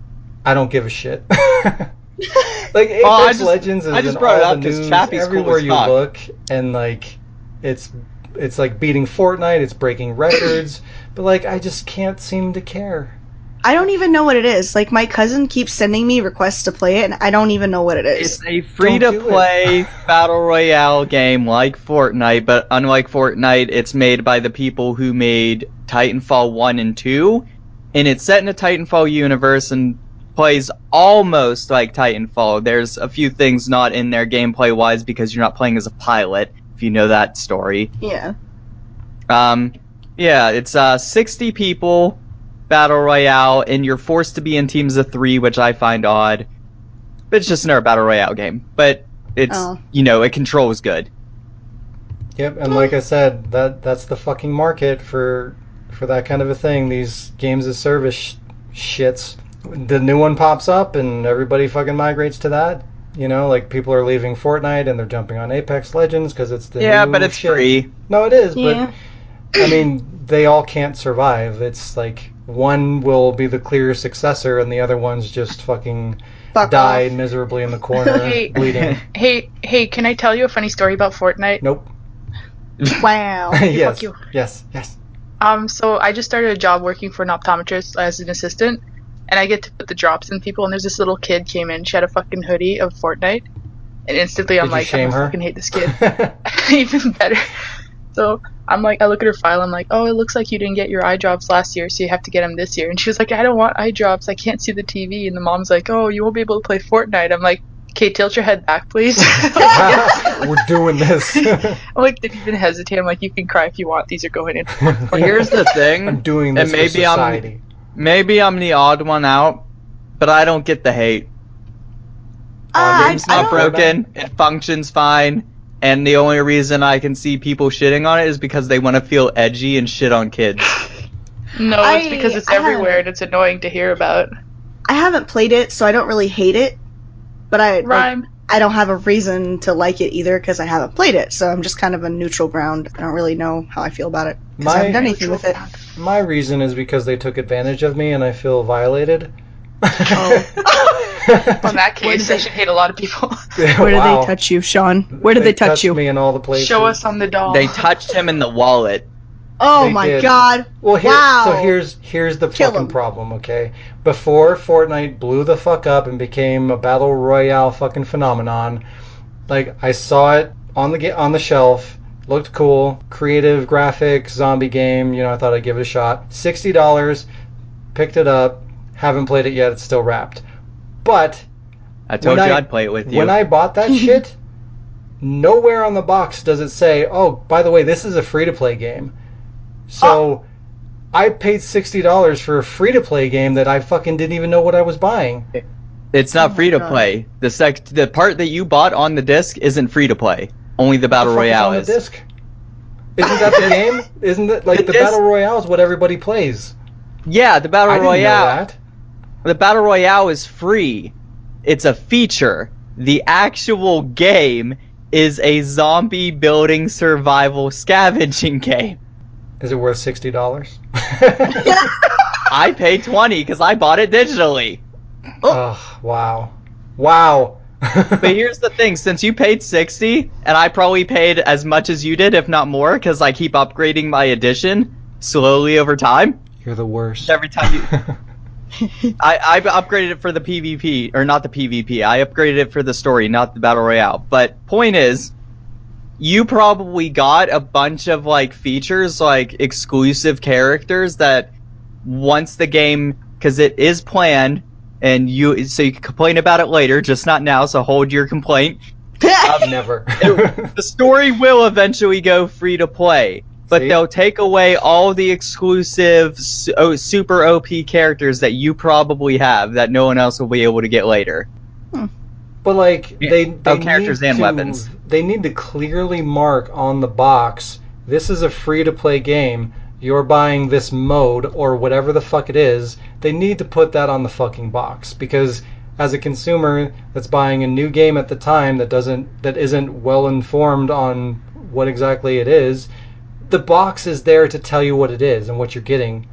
S1: I don't give a shit. like Apex
S4: Oh, I just-
S1: Legends is
S4: I just
S1: in
S4: brought it
S1: all
S4: up
S1: the
S4: 'cause
S1: news
S4: Chappie's cool
S1: everywhere
S4: as
S1: you
S4: fuck.
S1: look, and like it's it's like beating Fortnite, it's breaking records, but like I just can't seem to care.
S3: I don't even know what it is. Like my cousin keeps sending me requests to play it, and I don't even know what it is.
S4: It's a free to play battle royale game like Fortnite, but unlike Fortnite, it's made by the people who made Titanfall 1 and 2, and it's set in a Titanfall universe and plays almost like Titanfall. There's a few things not in there gameplay wise because you're not playing as a pilot, if you know that story.
S3: Yeah.
S4: Um, yeah, it's uh, 60 people battle royale, and you're forced to be in teams of three, which I find odd. But it's just another battle royale game. But it's
S3: Oh.
S4: you know it controls good.
S1: Yep, and like I said, that that's the fucking market for for that kind of a thing. These games as service sh- shits. The new one pops up, and everybody fucking migrates to that. You know, like people are leaving Fortnite and they're jumping on Apex Legends because it's the
S4: Yeah,
S1: new
S4: but it's
S1: shit.
S4: free.
S1: No, it is,
S3: Yeah.
S1: but I mean, they all can't survive. It's like one will be the clear successor, and the other one's just fucking
S3: Fuck
S1: died
S3: off.
S1: miserably in the corner,
S2: Hey.
S1: bleeding.
S2: Hey, hey, can I tell you a funny story about Fortnite?
S1: Nope.
S3: Wow.
S1: yes.
S2: you.
S1: Yes. Yes.
S2: Um, so I just started a job working for an optometrist as an assistant, and I get to put the drops in people. And there's this little kid came in. She had a fucking hoodie of Fortnite, and instantly I'm
S1: Did you
S2: like,
S1: shame
S2: I
S1: her?
S2: fucking hate this kid. Even better. So I'm like, I look at her file. I'm like, oh, it looks like you didn't get your eye drops last year, so you have to get them this year. And she was like, I don't want eye drops. I can't see the TV. And the mom's like, oh, you won't be able to play Fortnite. I'm like, okay, tilt your head back, please.
S1: We're doing this.
S2: I'm like, didn't even hesitate. I'm like, you can cry if you want. These are going in.
S4: Here's the
S1: I'm
S4: thing.
S1: doing this
S4: And
S1: for
S4: maybe I'm-
S1: society.
S4: Maybe I'm the odd one out, but I don't get the hate.
S3: Uh, I-
S4: it's
S3: I
S4: not
S3: don't-
S4: broken. It functions fine. And the only reason I can see people shitting on it is because they want to feel edgy and shit on kids.
S2: No, it's
S3: I-
S2: because it's
S3: I have-
S2: everywhere and it's annoying to hear about.
S3: I haven't played it, so I don't really hate it. But I like,
S2: Rhyme.
S3: I don't have a reason to like it either because I haven't played it, so I'm just kind of a neutral ground. I don't really know how I feel about it because I
S1: My-
S3: haven't done anything with it.
S1: My reason is because they took advantage of me and I feel violated.
S2: On that
S3: Oh. Where did
S2: case, I
S3: they-
S2: should hate a lot of people.
S3: Where did
S1: Wow.
S3: they touch you, Sean? Where did they, touch
S1: touched
S3: you?
S1: Me in all the places.
S2: Show us on the doll.
S4: They touched him in the wallet.
S3: Oh
S1: They
S3: my
S1: did.
S3: god!
S1: Well, here,
S3: wow.
S1: so here's here's the
S3: Kill
S1: fucking
S3: 'em.
S1: problem, okay? Before Fortnite blew the fuck up and became a battle royale fucking phenomenon, like I saw it on the ga- on the shelf, looked cool, creative graphics, zombie game. You know, I thought I'd give it a shot. Sixty dollars, picked it up, haven't played it yet. It's still wrapped, but
S4: I told
S1: When
S4: you
S1: I-
S4: I, would play it with you.
S1: when I bought that shit, nowhere on the box does it say, "Oh, by the way, this is a free-to-play game." So
S4: Ah.
S1: I paid sixty dollars for a free-to-play game that I fucking didn't even know what I was buying.
S4: it's
S3: Oh
S4: not
S3: my
S4: free to
S3: God.
S4: play. The sec- the part that you bought on the disc isn't free to play. Only the battle
S1: What the fuck is
S4: royale
S1: on the
S4: is.
S1: disc. Isn't that the game? Isn't that like
S4: The
S1: the
S4: disc-
S1: battle royale is what everybody plays?
S4: Yeah, the
S1: I
S4: battle
S1: didn't know
S4: royale.
S1: that.
S4: The battle royale is free. It's a feature. The actual game is a zombie building survival scavenging game.
S1: Is it worth sixty dollars?
S4: I paid 20 cuz I bought it digitally.
S1: oh wow, wow.
S4: But here's the thing, since you paid 60 and I probably paid as much as you did if not more cuz I keep upgrading my edition slowly over time.
S1: You're the worst.
S4: Every time you I, I've upgraded it for the PvP, or not the PvP. I upgraded it for the story, not the battle royale. But point is, you probably got a bunch of like features, like exclusive characters that once the game, because it is planned, and you so you can complain about it later, just not now. So hold your complaint.
S1: I've never.
S4: the story will eventually go free to play, but
S1: See?
S4: they'll take away all the exclusive su- oh, super OP characters that you probably have that no one else will be able to get later.
S1: But like
S4: Yeah.
S1: they, they
S4: Oh, characters
S1: need
S4: and
S1: to-
S4: weapons.
S1: They need to clearly mark on the box. This is a free to play game. You're buying this mode or whatever the fuck it is. They need to put that on the fucking box because as a consumer that's buying a new game at the time that doesn't that isn't well informed on what exactly it is, the box is there to tell you what it is and what you're getting.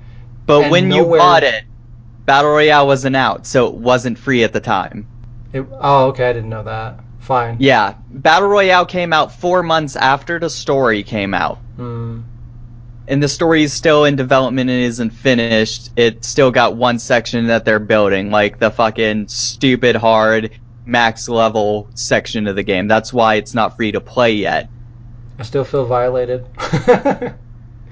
S4: But
S1: And
S4: when
S1: nowhere-
S4: you bought it, Battle Royale wasn't out, so it wasn't free at the time.
S1: It, oh, okay, I didn't know that. Fine.
S4: Yeah, Battle Royale came out four months after the story came out.
S1: Mm.
S4: and the story is still in development and isn't finished. It still got one section that they're building, like the fucking stupid hard max level section of the game. That's why it's not free to play yet.
S1: I still feel violated.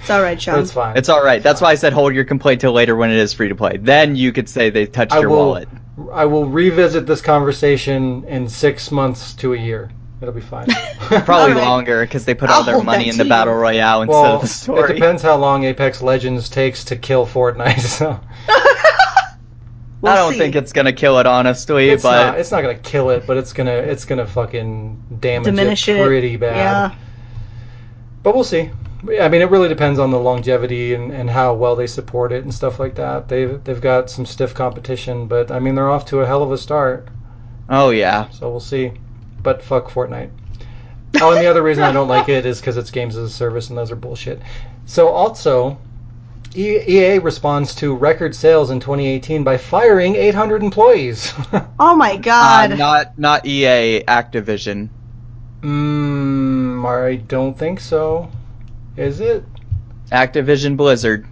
S1: But
S3: it's all right, Sean.
S1: it's fine.
S4: It's all right. That's why I said hold your complaint till later when it is free to play. Then you could say they touched
S1: I
S4: your
S1: will-
S4: wallet.
S1: I will revisit this conversation in six months to a year. It'll be fine.
S4: Probably
S3: All right.
S4: longer because they put
S3: I'll
S4: all their
S3: hold
S4: money
S3: that
S4: in the
S3: to
S4: battle
S3: you.
S4: royale instead
S1: well,
S4: of the story.
S1: it depends how long Apex Legends takes to kill Fortnite. So
S3: We'll
S4: I don't
S3: see.
S4: think it's gonna kill it honestly,
S1: it's
S4: but
S1: not. It's not gonna kill it, but it's gonna. It's gonna fucking damage
S3: diminish it.
S1: pretty bad.
S3: Yeah.
S1: But we'll see. I mean, it really depends on the longevity and, and how well they support it and stuff like that. They've they've got some stiff competition, but I mean they're off to a hell of a start.
S4: oh yeah.
S1: So we'll see. But fuck Fortnite. Oh, and the other reason I don't like it is because it's games as a service, and those are bullshit. So also, E- EA responds to record sales in 2018 by firing 800 employees.
S3: Oh my
S4: Uh,
S3: god.
S4: not not EA Activision.
S1: Mmm, I don't think so. Is it?
S4: Activision Blizzard.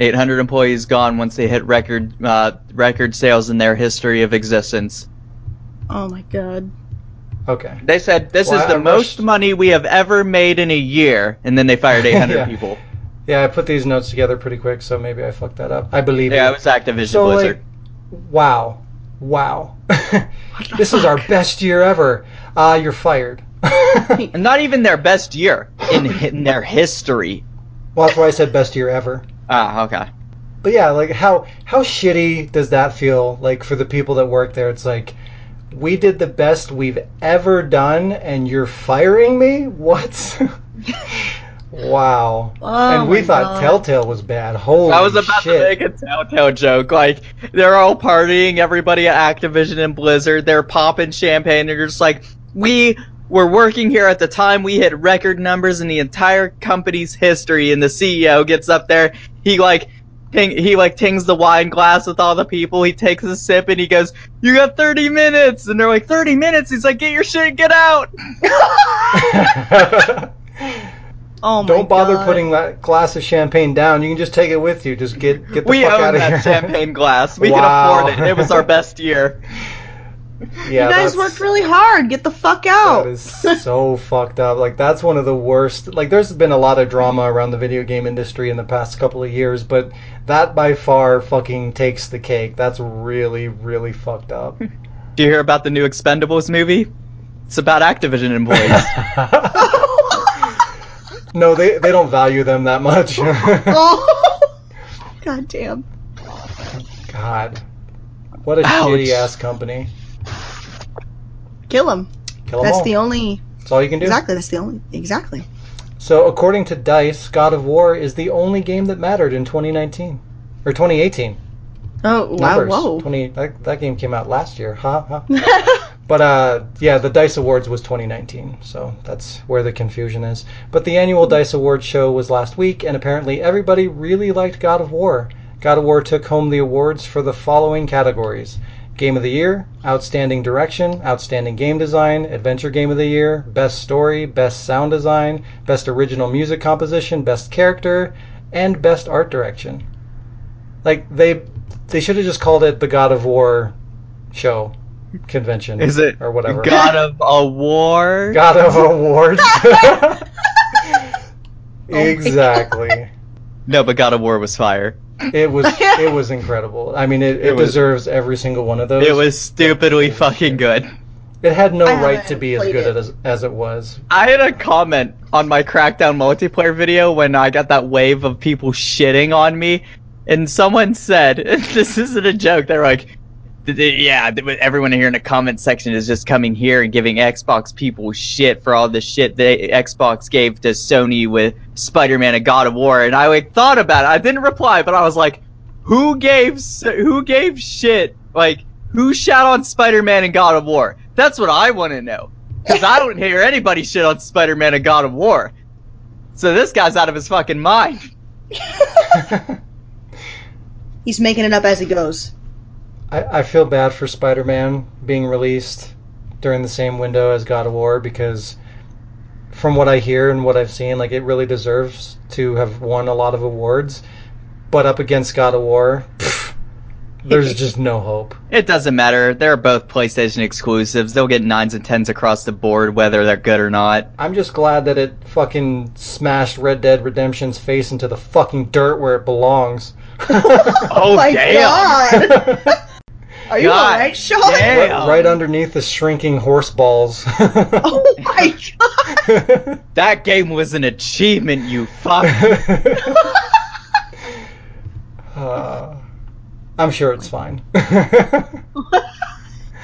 S4: 800 employees gone once they hit record uh, record sales in their history of existence.
S3: oh my god.
S1: Okay.
S4: They said this
S1: Well,
S4: is the
S1: I- I
S4: most
S1: rushed-
S4: money we have ever made in a year, and then they fired 800
S1: Yeah.
S4: people.
S1: Yeah, I put these notes together pretty quick, so maybe I fucked that up. I believe
S4: Yeah,
S1: you.
S4: it was Activision
S1: So, like,
S4: Blizzard.
S1: Wow. Wow. this is our best year ever. Ah, you're fired.
S4: And not even their best year in, in their history.
S1: Well, that's why I said best year ever.
S4: Ah, okay.
S1: But yeah, like how how shitty does that feel? Like for the people that work there, it's like, we did the best we've ever done, and you're firing me? What? wow.
S3: Oh
S1: and we
S3: my
S1: thought
S3: God.
S1: Telltale was bad. Holy
S4: I was about
S1: shit.
S4: to make a Telltale joke. Like, they're all partying, everybody at Activision and Blizzard, they're popping champagne, and you're just like, we were working here at the time, we hit record numbers in the entire company's history, and the CEO gets up there, he like, ting- he like tings the wine glass with all the people, he takes a sip, and he goes, you got 30 minutes! And they're like, 30 minutes? He's like, get your shit, get out!
S3: Oh my
S1: Don't bother
S3: God.
S1: putting that glass of champagne down. You can just take it with you. Just get get the
S4: We
S1: fuck
S4: own
S1: out of here.
S4: that champagne glass. We
S1: Wow.
S4: can afford it. It was our best year.
S1: yeah,
S3: you guys
S1: that's-
S3: worked really hard. Get the fuck out.
S1: That is so fucked up. Like that's one of the worst. Like there's been a lot of drama around the video game industry in the past couple of years, but that by far fucking takes the cake. That's really really fucked up.
S4: Do you hear about the new Expendables movie? It's about Activision employees.
S1: no, they they don't value them that much.
S3: oh. God damn.
S1: God. What a
S4: Ouch.
S1: shitty ass company.
S3: Kill him.
S1: Kill 'em
S3: that's
S1: all.
S3: the only.
S1: That's all you can do.
S3: Exactly. That's the only. Exactly.
S1: So, according to Dice, God of War is the only game that mattered in 2019 or 2018.
S3: Oh wow.
S1: Numbers.
S3: Whoa.
S1: 20 that, that game came out last year. Ha ha. But uh, yeah, the Dice Awards was 2019, so that's where the confusion is. But the annual Dice Awards show was last week, and apparently everybody really liked God of War. God of War took home the awards for the following categories Game of the Year, Outstanding Direction, Outstanding Game Design, Adventure Game of the Year, Best Story, Best Sound Design, Best Original Music Composition, Best Character, and Best Art Direction. Like, they. They should have just called it the God of War show convention
S4: Is it
S1: or whatever.
S4: God of a War?
S1: God of Awards.
S4: Oh
S1: exactly.
S4: No, but God of War was fire.
S1: It was it was incredible. I mean, it, it,
S4: It was-
S1: deserves every single one of those.
S4: It was stupidly fucking good.
S1: It had no
S3: I
S1: right
S3: haven't
S1: to be as
S3: played
S1: good
S3: it.
S1: as as it was.
S4: I had a comment on my Crackdown multiplayer video when I got that wave of people shitting on me, and someone said, "This isn't a joke." They're like, "Th- th- "Yeah, th- but everyone here in the comment section is just coming here and giving Xbox people shit for all the shit they Xbox gave to Sony with Spider-Man and God of War." And I like thought about it. I didn't reply, but I was like, "Who gave s- who gave shit like who shot on Spider-Man and God of War?" That's what I want to know. Because I don't hear anybody shit on Spider Man and God of War. So this guy's out of his fucking mind.
S3: He's making it up as he goes.
S1: I, I feel bad for Spider Man being released during the same window as God of War because from what I hear and what I've seen, like it really deserves to have won a lot of awards. But up against God of War, pff, there's just no hope.
S4: It doesn't matter. They're both PlayStation exclusives. They'll get nines and tens across the board, whether they're good or not.
S1: I'm just glad that it fucking smashed Red Dead Redemption's face into the fucking dirt where it belongs.
S4: Oh,
S3: my God.
S1: right,
S3: Are you
S4: God
S3: all right, Sean?
S4: damn.
S1: right underneath the shrinking horse balls.
S3: Oh my God.
S4: That game was an achievement, you fuck.
S1: Uh, I'm sure it's fine.
S4: uh,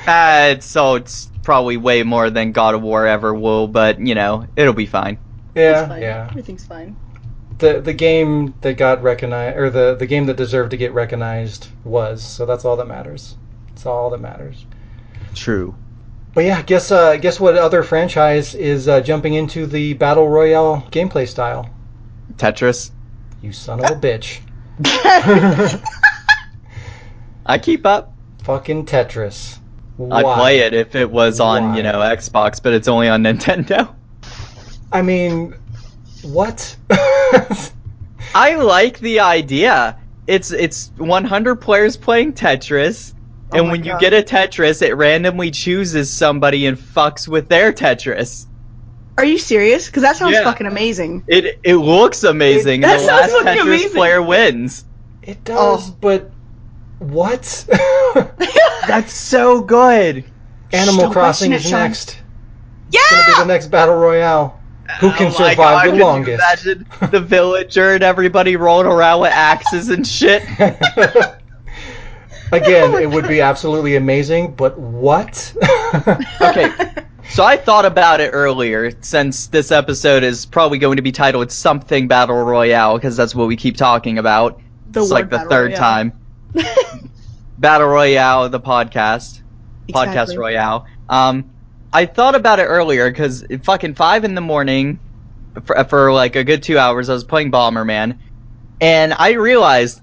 S4: it's- so it's probably way more than God of War ever will, but, you know, it'll be fine.
S1: yeah, yeah.
S3: Everything's fine.
S1: The the game that got recognized, or the the game that deserved to get recognized was. So that's all that matters. That's all that matters.
S4: True.
S1: But yeah, guess uh, guess what other franchise is uh, jumping into the battle royale gameplay style?
S4: Tetris?
S1: You son of a bitch!
S4: I keep up.
S1: Fucking Tetris.
S4: I'd
S1: Why?
S4: play it if it was on,
S1: Why?
S4: you know, Xbox, but it's only on Nintendo.
S1: I mean, what?
S4: I like the idea. It's it's 100 players playing Tetris, and
S3: Oh my
S4: when you
S3: God.
S4: get a Tetris, it randomly chooses somebody and fucks with their Tetris.
S3: Are you serious? Because that sounds
S4: Yeah.
S3: fucking amazing.
S4: It it looks amazing.
S1: It-
S4: and
S3: that
S4: the
S3: sounds
S4: last Tetris
S3: fucking amazing.
S4: player wins.
S1: it does,
S3: Oh.
S1: but what?
S4: That's so good.
S1: Animal
S3: Don't
S1: Crossing
S3: question it,
S1: is
S3: Sean.
S1: next. Gonna be the
S3: Yeah.
S1: next battle royale. Who can
S4: Oh my
S1: survive
S4: God,
S1: the
S4: could you
S1: longest?
S4: imagine the villager and everybody rolling around with axes and shit.
S1: Again, it would be absolutely amazing, but what?
S4: Okay. So I thought about it earlier, since this episode is probably going to be titled something Battle Royale, because that's what we keep talking about.
S3: The
S4: it's
S3: word
S4: like the
S3: battle
S4: third
S3: royale.
S4: time. Battle Royale, the podcast,
S3: Exactly.
S4: podcast Royale. Um, I thought about it earlier because fucking five in the morning, for, for like a good two hours, I was playing Bomberman, and I realized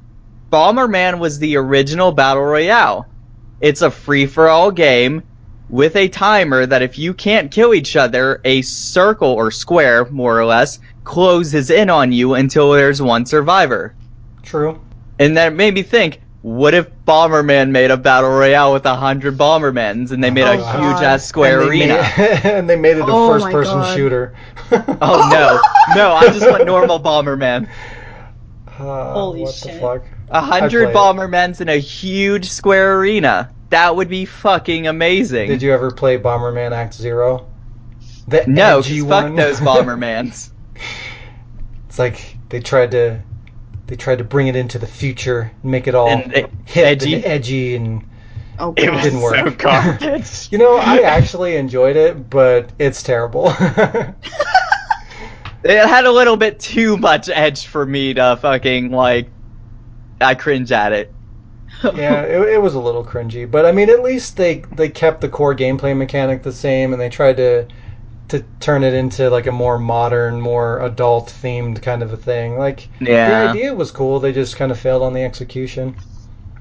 S4: Bomberman was the original Battle Royale. It's a free for all game with a timer that if you can't kill each other, a circle or square, more or less, closes in on you until there's one survivor.
S1: True.
S4: And that made me think, what if Bomberman made a battle royale with a hundred Bombermans and they made a
S1: Oh, God.
S4: huge ass square
S1: and they
S4: arena?
S1: Made, and they made it a
S3: Oh my
S1: first person
S3: God.
S1: shooter.
S4: oh no, no, I just want normal Bomberman.
S1: Uh,
S5: Holy
S1: what the
S5: shit.
S1: fuck?
S4: A
S1: I'd play
S4: hundred
S1: it.
S4: Bombermans in a huge square arena. That would be fucking amazing.
S1: Did you ever play Bomberman Act Zero? The
S4: no,
S1: edgy
S4: 'cause fuck
S1: one?
S4: those Bombermans.
S1: it's like they tried to they tried to bring it into the future, make it all
S4: And e-
S1: hip
S4: edgy?
S1: and edgy, and
S3: Oh,
S1: it
S3: God.
S1: didn't work.
S4: so garbage.
S1: you know, I actually enjoyed it, but it's terrible.
S4: it had a little bit too much edge for me to fucking like. I cringe at it.
S1: yeah, it, it was a little cringy, but I mean, at least they they kept the core gameplay mechanic the same, and they tried to to turn it into like a more modern, more adult themed kind of a thing. Like the
S4: Yeah.
S1: idea was cool. They just kind of failed on the execution.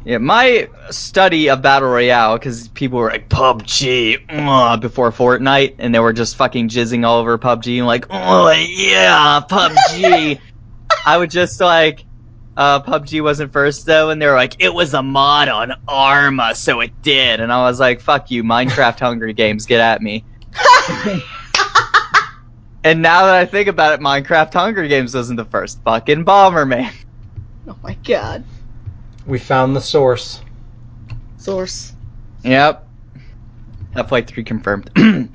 S4: Yeah, my study of battle royale because people were like PUBG mwah, before Fortnite, and they were just fucking jizzing all over PUBG and like, oh yeah, PUBG. I would just like, uh, PUBG wasn't first though, and they were like, it was a mod on Arma, so it did, and I was like, fuck you, Minecraft hungry games, get at me. and now that I think about it, Minecraft Hunger Games wasn't the first fucking Bomberman.
S3: Oh my God.
S1: We found the source.
S3: Source.
S4: Yep. Half-Life 3 confirmed.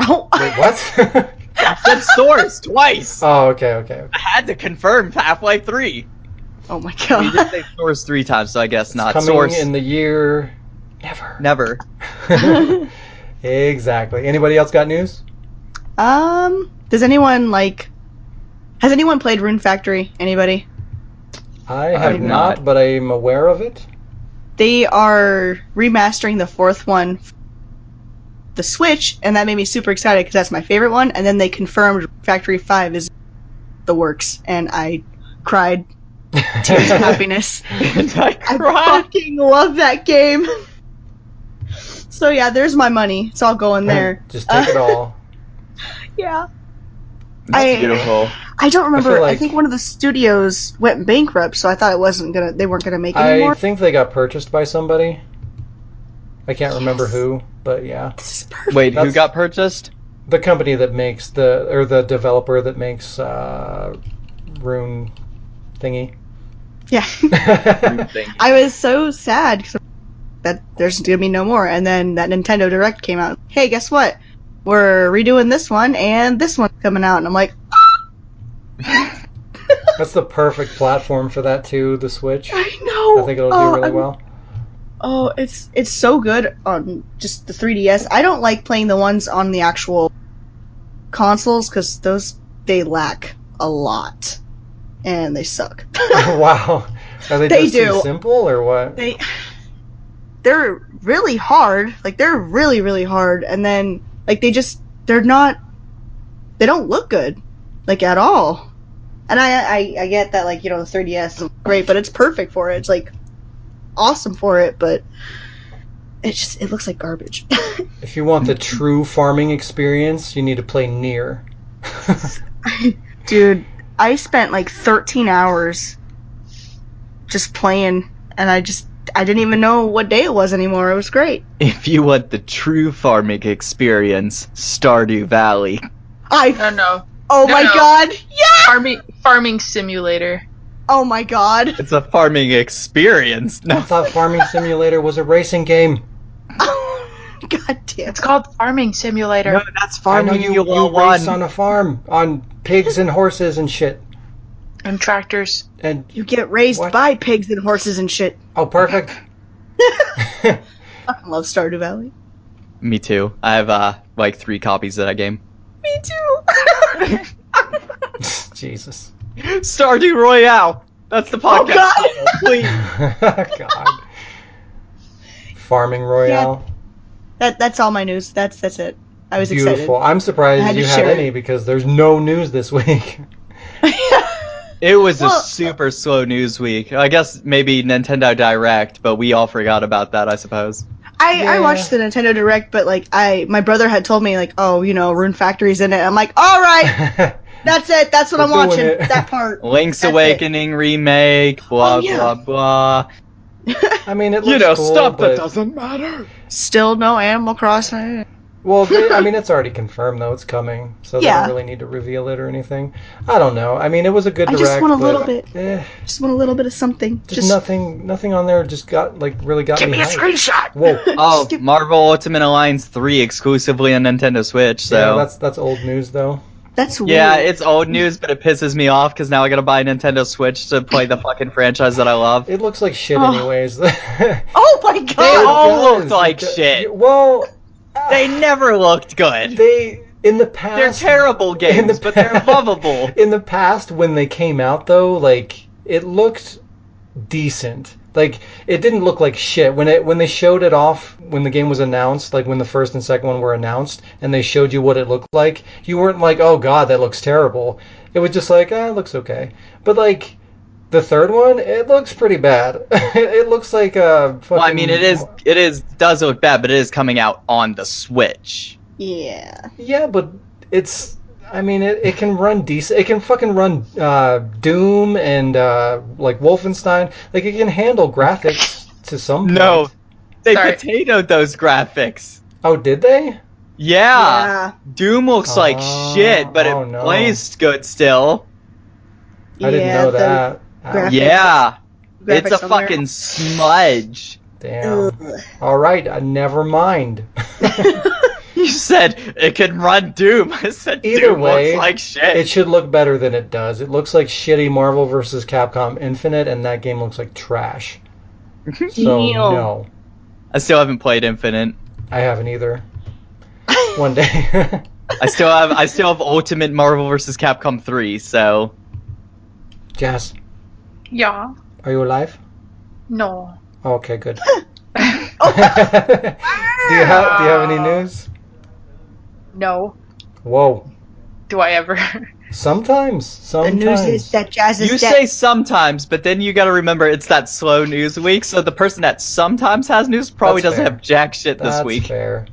S3: Oh.
S1: Wait, what?
S4: I said source twice. I
S1: oh, okay, okay. okay.
S4: had to confirm Half-Life 3.
S3: oh my
S4: We did
S3: God.
S4: say source three times, so I guess not
S1: Coming
S4: source.
S1: in the year never.
S4: Never.
S1: exactly. Anybody else got news?
S3: um. Does anyone like? Has anyone played Rune Factory? Anybody?
S1: I have
S4: have
S1: not,
S4: not.
S1: but I'm aware of it.
S3: They are remastering the fourth one, f- the Switch, and that made me super excited because that's my favorite one. And then they confirmed Rune Factory Five is the works, and I cried tears of happiness.
S4: and I
S3: I
S4: cried.
S3: fucking love that game. So yeah, there's my money. It's all going there.
S1: Just take it all.
S3: Yeah. I-
S4: beautiful.
S3: I don't remember. I,
S1: feel like-
S3: think one of the studios went bankrupt, so I thought it wasn't gonna. They weren't gonna make it
S1: I
S3: anymore.
S1: think they got purchased by somebody. I can't remember
S3: Yes.
S1: who, but yeah,
S3: This is perfect.
S4: Wait, who
S1: That's-
S4: got purchased?
S1: the company that makes the or the developer that makes uh, Rune thingy.
S3: Yeah. I was so sad 'cause that there's gonna be no more. And then that Nintendo Direct came out. Hey, guess what? We're redoing this one, and this one's coming out. And I'm like, "Ah!"
S1: That's the perfect platform for that too. The Switch.
S3: I
S1: I
S3: know.
S1: think it'll
S3: Oh,
S1: do really
S3: I'm-
S1: well.
S3: Oh, it's it's so good on just the 3DS. I don't like playing the ones on the actual consoles because those they lack a lot, and they suck.
S1: wow, are they,
S3: They
S1: just too
S3: do.
S1: simple or what?
S3: they they're really hard like they're really really hard and then like they just they're not they don't look good like at all and i i, I get that like you know the 3ds is great but it's perfect for it it's like awesome for it but it just it looks like garbage
S1: If you want the true farming experience, you need to play near.
S3: dude i spent like 13 hours just playing and i just i didn't even know what day it was anymore it was great
S4: If you want the true farming experience, Stardew Valley.
S3: i
S2: No, no.
S3: oh
S2: No,
S3: my
S2: Uh, no.
S3: god yes
S2: Farming, farming simulator.
S3: Oh my god.
S4: It's a farming experience.
S1: I
S4: No.
S1: thought Farming Simulator was a racing game.
S3: god damn.
S2: It's called farming simulator.
S4: No, that's
S1: I know
S4: farming
S1: you, you,
S4: you, 101.
S1: race on a farm on pigs and horses and shit.
S2: And tractors.
S1: And
S3: You get raised
S1: What?
S3: by pigs and horses and shit.
S1: oh, perfect.
S3: I love Stardew Valley.
S4: Me too. I have uh, like three copies of that game.
S3: Me too.
S1: Jesus.
S4: Stardew Royale. That's the
S3: Oh,
S4: podcast.
S3: God.
S4: title, Please.
S1: God. Farming Royale.
S3: that that's all my news. That's that's it. I was
S1: Beautiful. I'm
S3: I
S1: surprised
S3: had
S1: you
S3: to
S1: had
S3: share
S1: any
S3: it.
S1: because there's no news this week.
S3: excited.
S4: It was a
S3: Well-
S4: super slow news week. I guess maybe Nintendo Direct, but we all forgot about that, I suppose.
S3: I,
S1: Yeah.
S3: I watched the Nintendo Direct, but like I my brother had told me like, oh, you know, Rune Factory's in it. I'm like, all right, that's it. That's what I'm
S1: We're doing
S3: watching.
S1: it.
S3: That part.
S4: Link's
S3: That's it.
S4: Awakening remake, blah
S3: Oh, yeah.
S4: blah blah.
S1: I mean, it looks
S4: You know,
S1: cool,
S4: stuff
S1: but-
S4: that doesn't matter.
S3: Still no Animal Crossing.
S1: Well, they, I mean, it's already confirmed though; it's coming, so they
S3: Yeah.
S1: don't really need to reveal it or anything. I don't know. I mean, it was a good.
S3: I just
S1: direct,
S3: want a
S1: but,
S3: little bit.
S1: eh,
S3: Just want a little bit of something.
S1: just,
S3: Just,
S1: nothing. Nothing on there just got like really got
S2: Give
S1: me.
S2: me a
S1: hyped.
S2: screenshot.
S1: Whoa.
S4: Oh,
S3: Stupid.
S4: Marvel Ultimate Alliance 3 exclusively on Nintendo Switch,
S1: Yeah,
S4: so
S1: that's that's old news though.
S3: that's weird.
S4: Yeah, it's old news, but it pisses me off because now I gotta buy a Nintendo Switch to play the fucking franchise that I love.
S1: It looks like shit,
S3: Oh.
S1: anyways. they
S3: oh my
S4: They
S3: god.
S4: all looked like shit.
S1: Well,
S4: They never looked good.
S1: they in the past
S4: They're terrible
S1: in
S4: games,
S1: the
S4: but they're
S1: past-
S4: lovable.
S1: In the past, when they came out, though, like it looked decent. Like it didn't look like shit when it when they showed it off when the game was announced, like when the first and second one were announced, and they showed you what it looked like. You weren't like, oh god, that looks terrible. It was just like, ah, it looks okay. But like the third one, it looks pretty bad. it, it looks like a fucking.
S4: Well, I mean, it is, it is, does look bad, but it is coming out on the Switch.
S3: Yeah.
S1: Yeah, but it's. I mean, it, it can run decent. It can fucking run uh, Doom and uh, like Wolfenstein. Like it can handle graphics to some. Point.
S4: No, they
S2: Sorry.
S4: potatoed those graphics.
S1: Oh, did they?
S4: Yeah,
S3: yeah.
S4: Doom looks like
S1: Oh,
S4: shit, but
S1: oh,
S4: it
S1: no.
S4: plays good still.
S1: I didn't
S3: Yeah,
S1: know
S3: the
S1: that. Oh, Ow,
S3: graphics-
S4: Yeah,
S3: graphics
S4: it's a
S3: on there.
S4: fucking smudge.
S1: damn.
S3: Ugh.
S1: All right, uh, never mind.
S4: You said it can run Doom. I said
S1: Either
S4: Doom
S1: way,
S4: looks like shit.
S1: it should look better than it does. It looks like shitty Marvel versus Capcom Infinite, and that game looks like trash. So
S3: Ew.
S1: no,
S4: I still haven't played Infinite.
S1: I haven't either. One day.
S4: I still have I still have Ultimate Marvel vs. Capcom 3, so
S1: Jazz,
S2: Yeah.
S1: are you alive?
S2: No.
S1: Okay, good.
S3: Oh.
S1: do you have Do you have any news?
S2: No.
S1: Whoa!
S2: Do I ever?
S1: Sometimes,
S3: The
S1: sometimes.
S3: news is that Jazz is
S4: you
S3: dead.
S4: say sometimes, but then you got to remember it's that slow news week, so the person that sometimes has news probably
S1: That's
S4: doesn't
S1: fair.
S4: have jack shit this
S1: That's
S4: week.
S1: fair.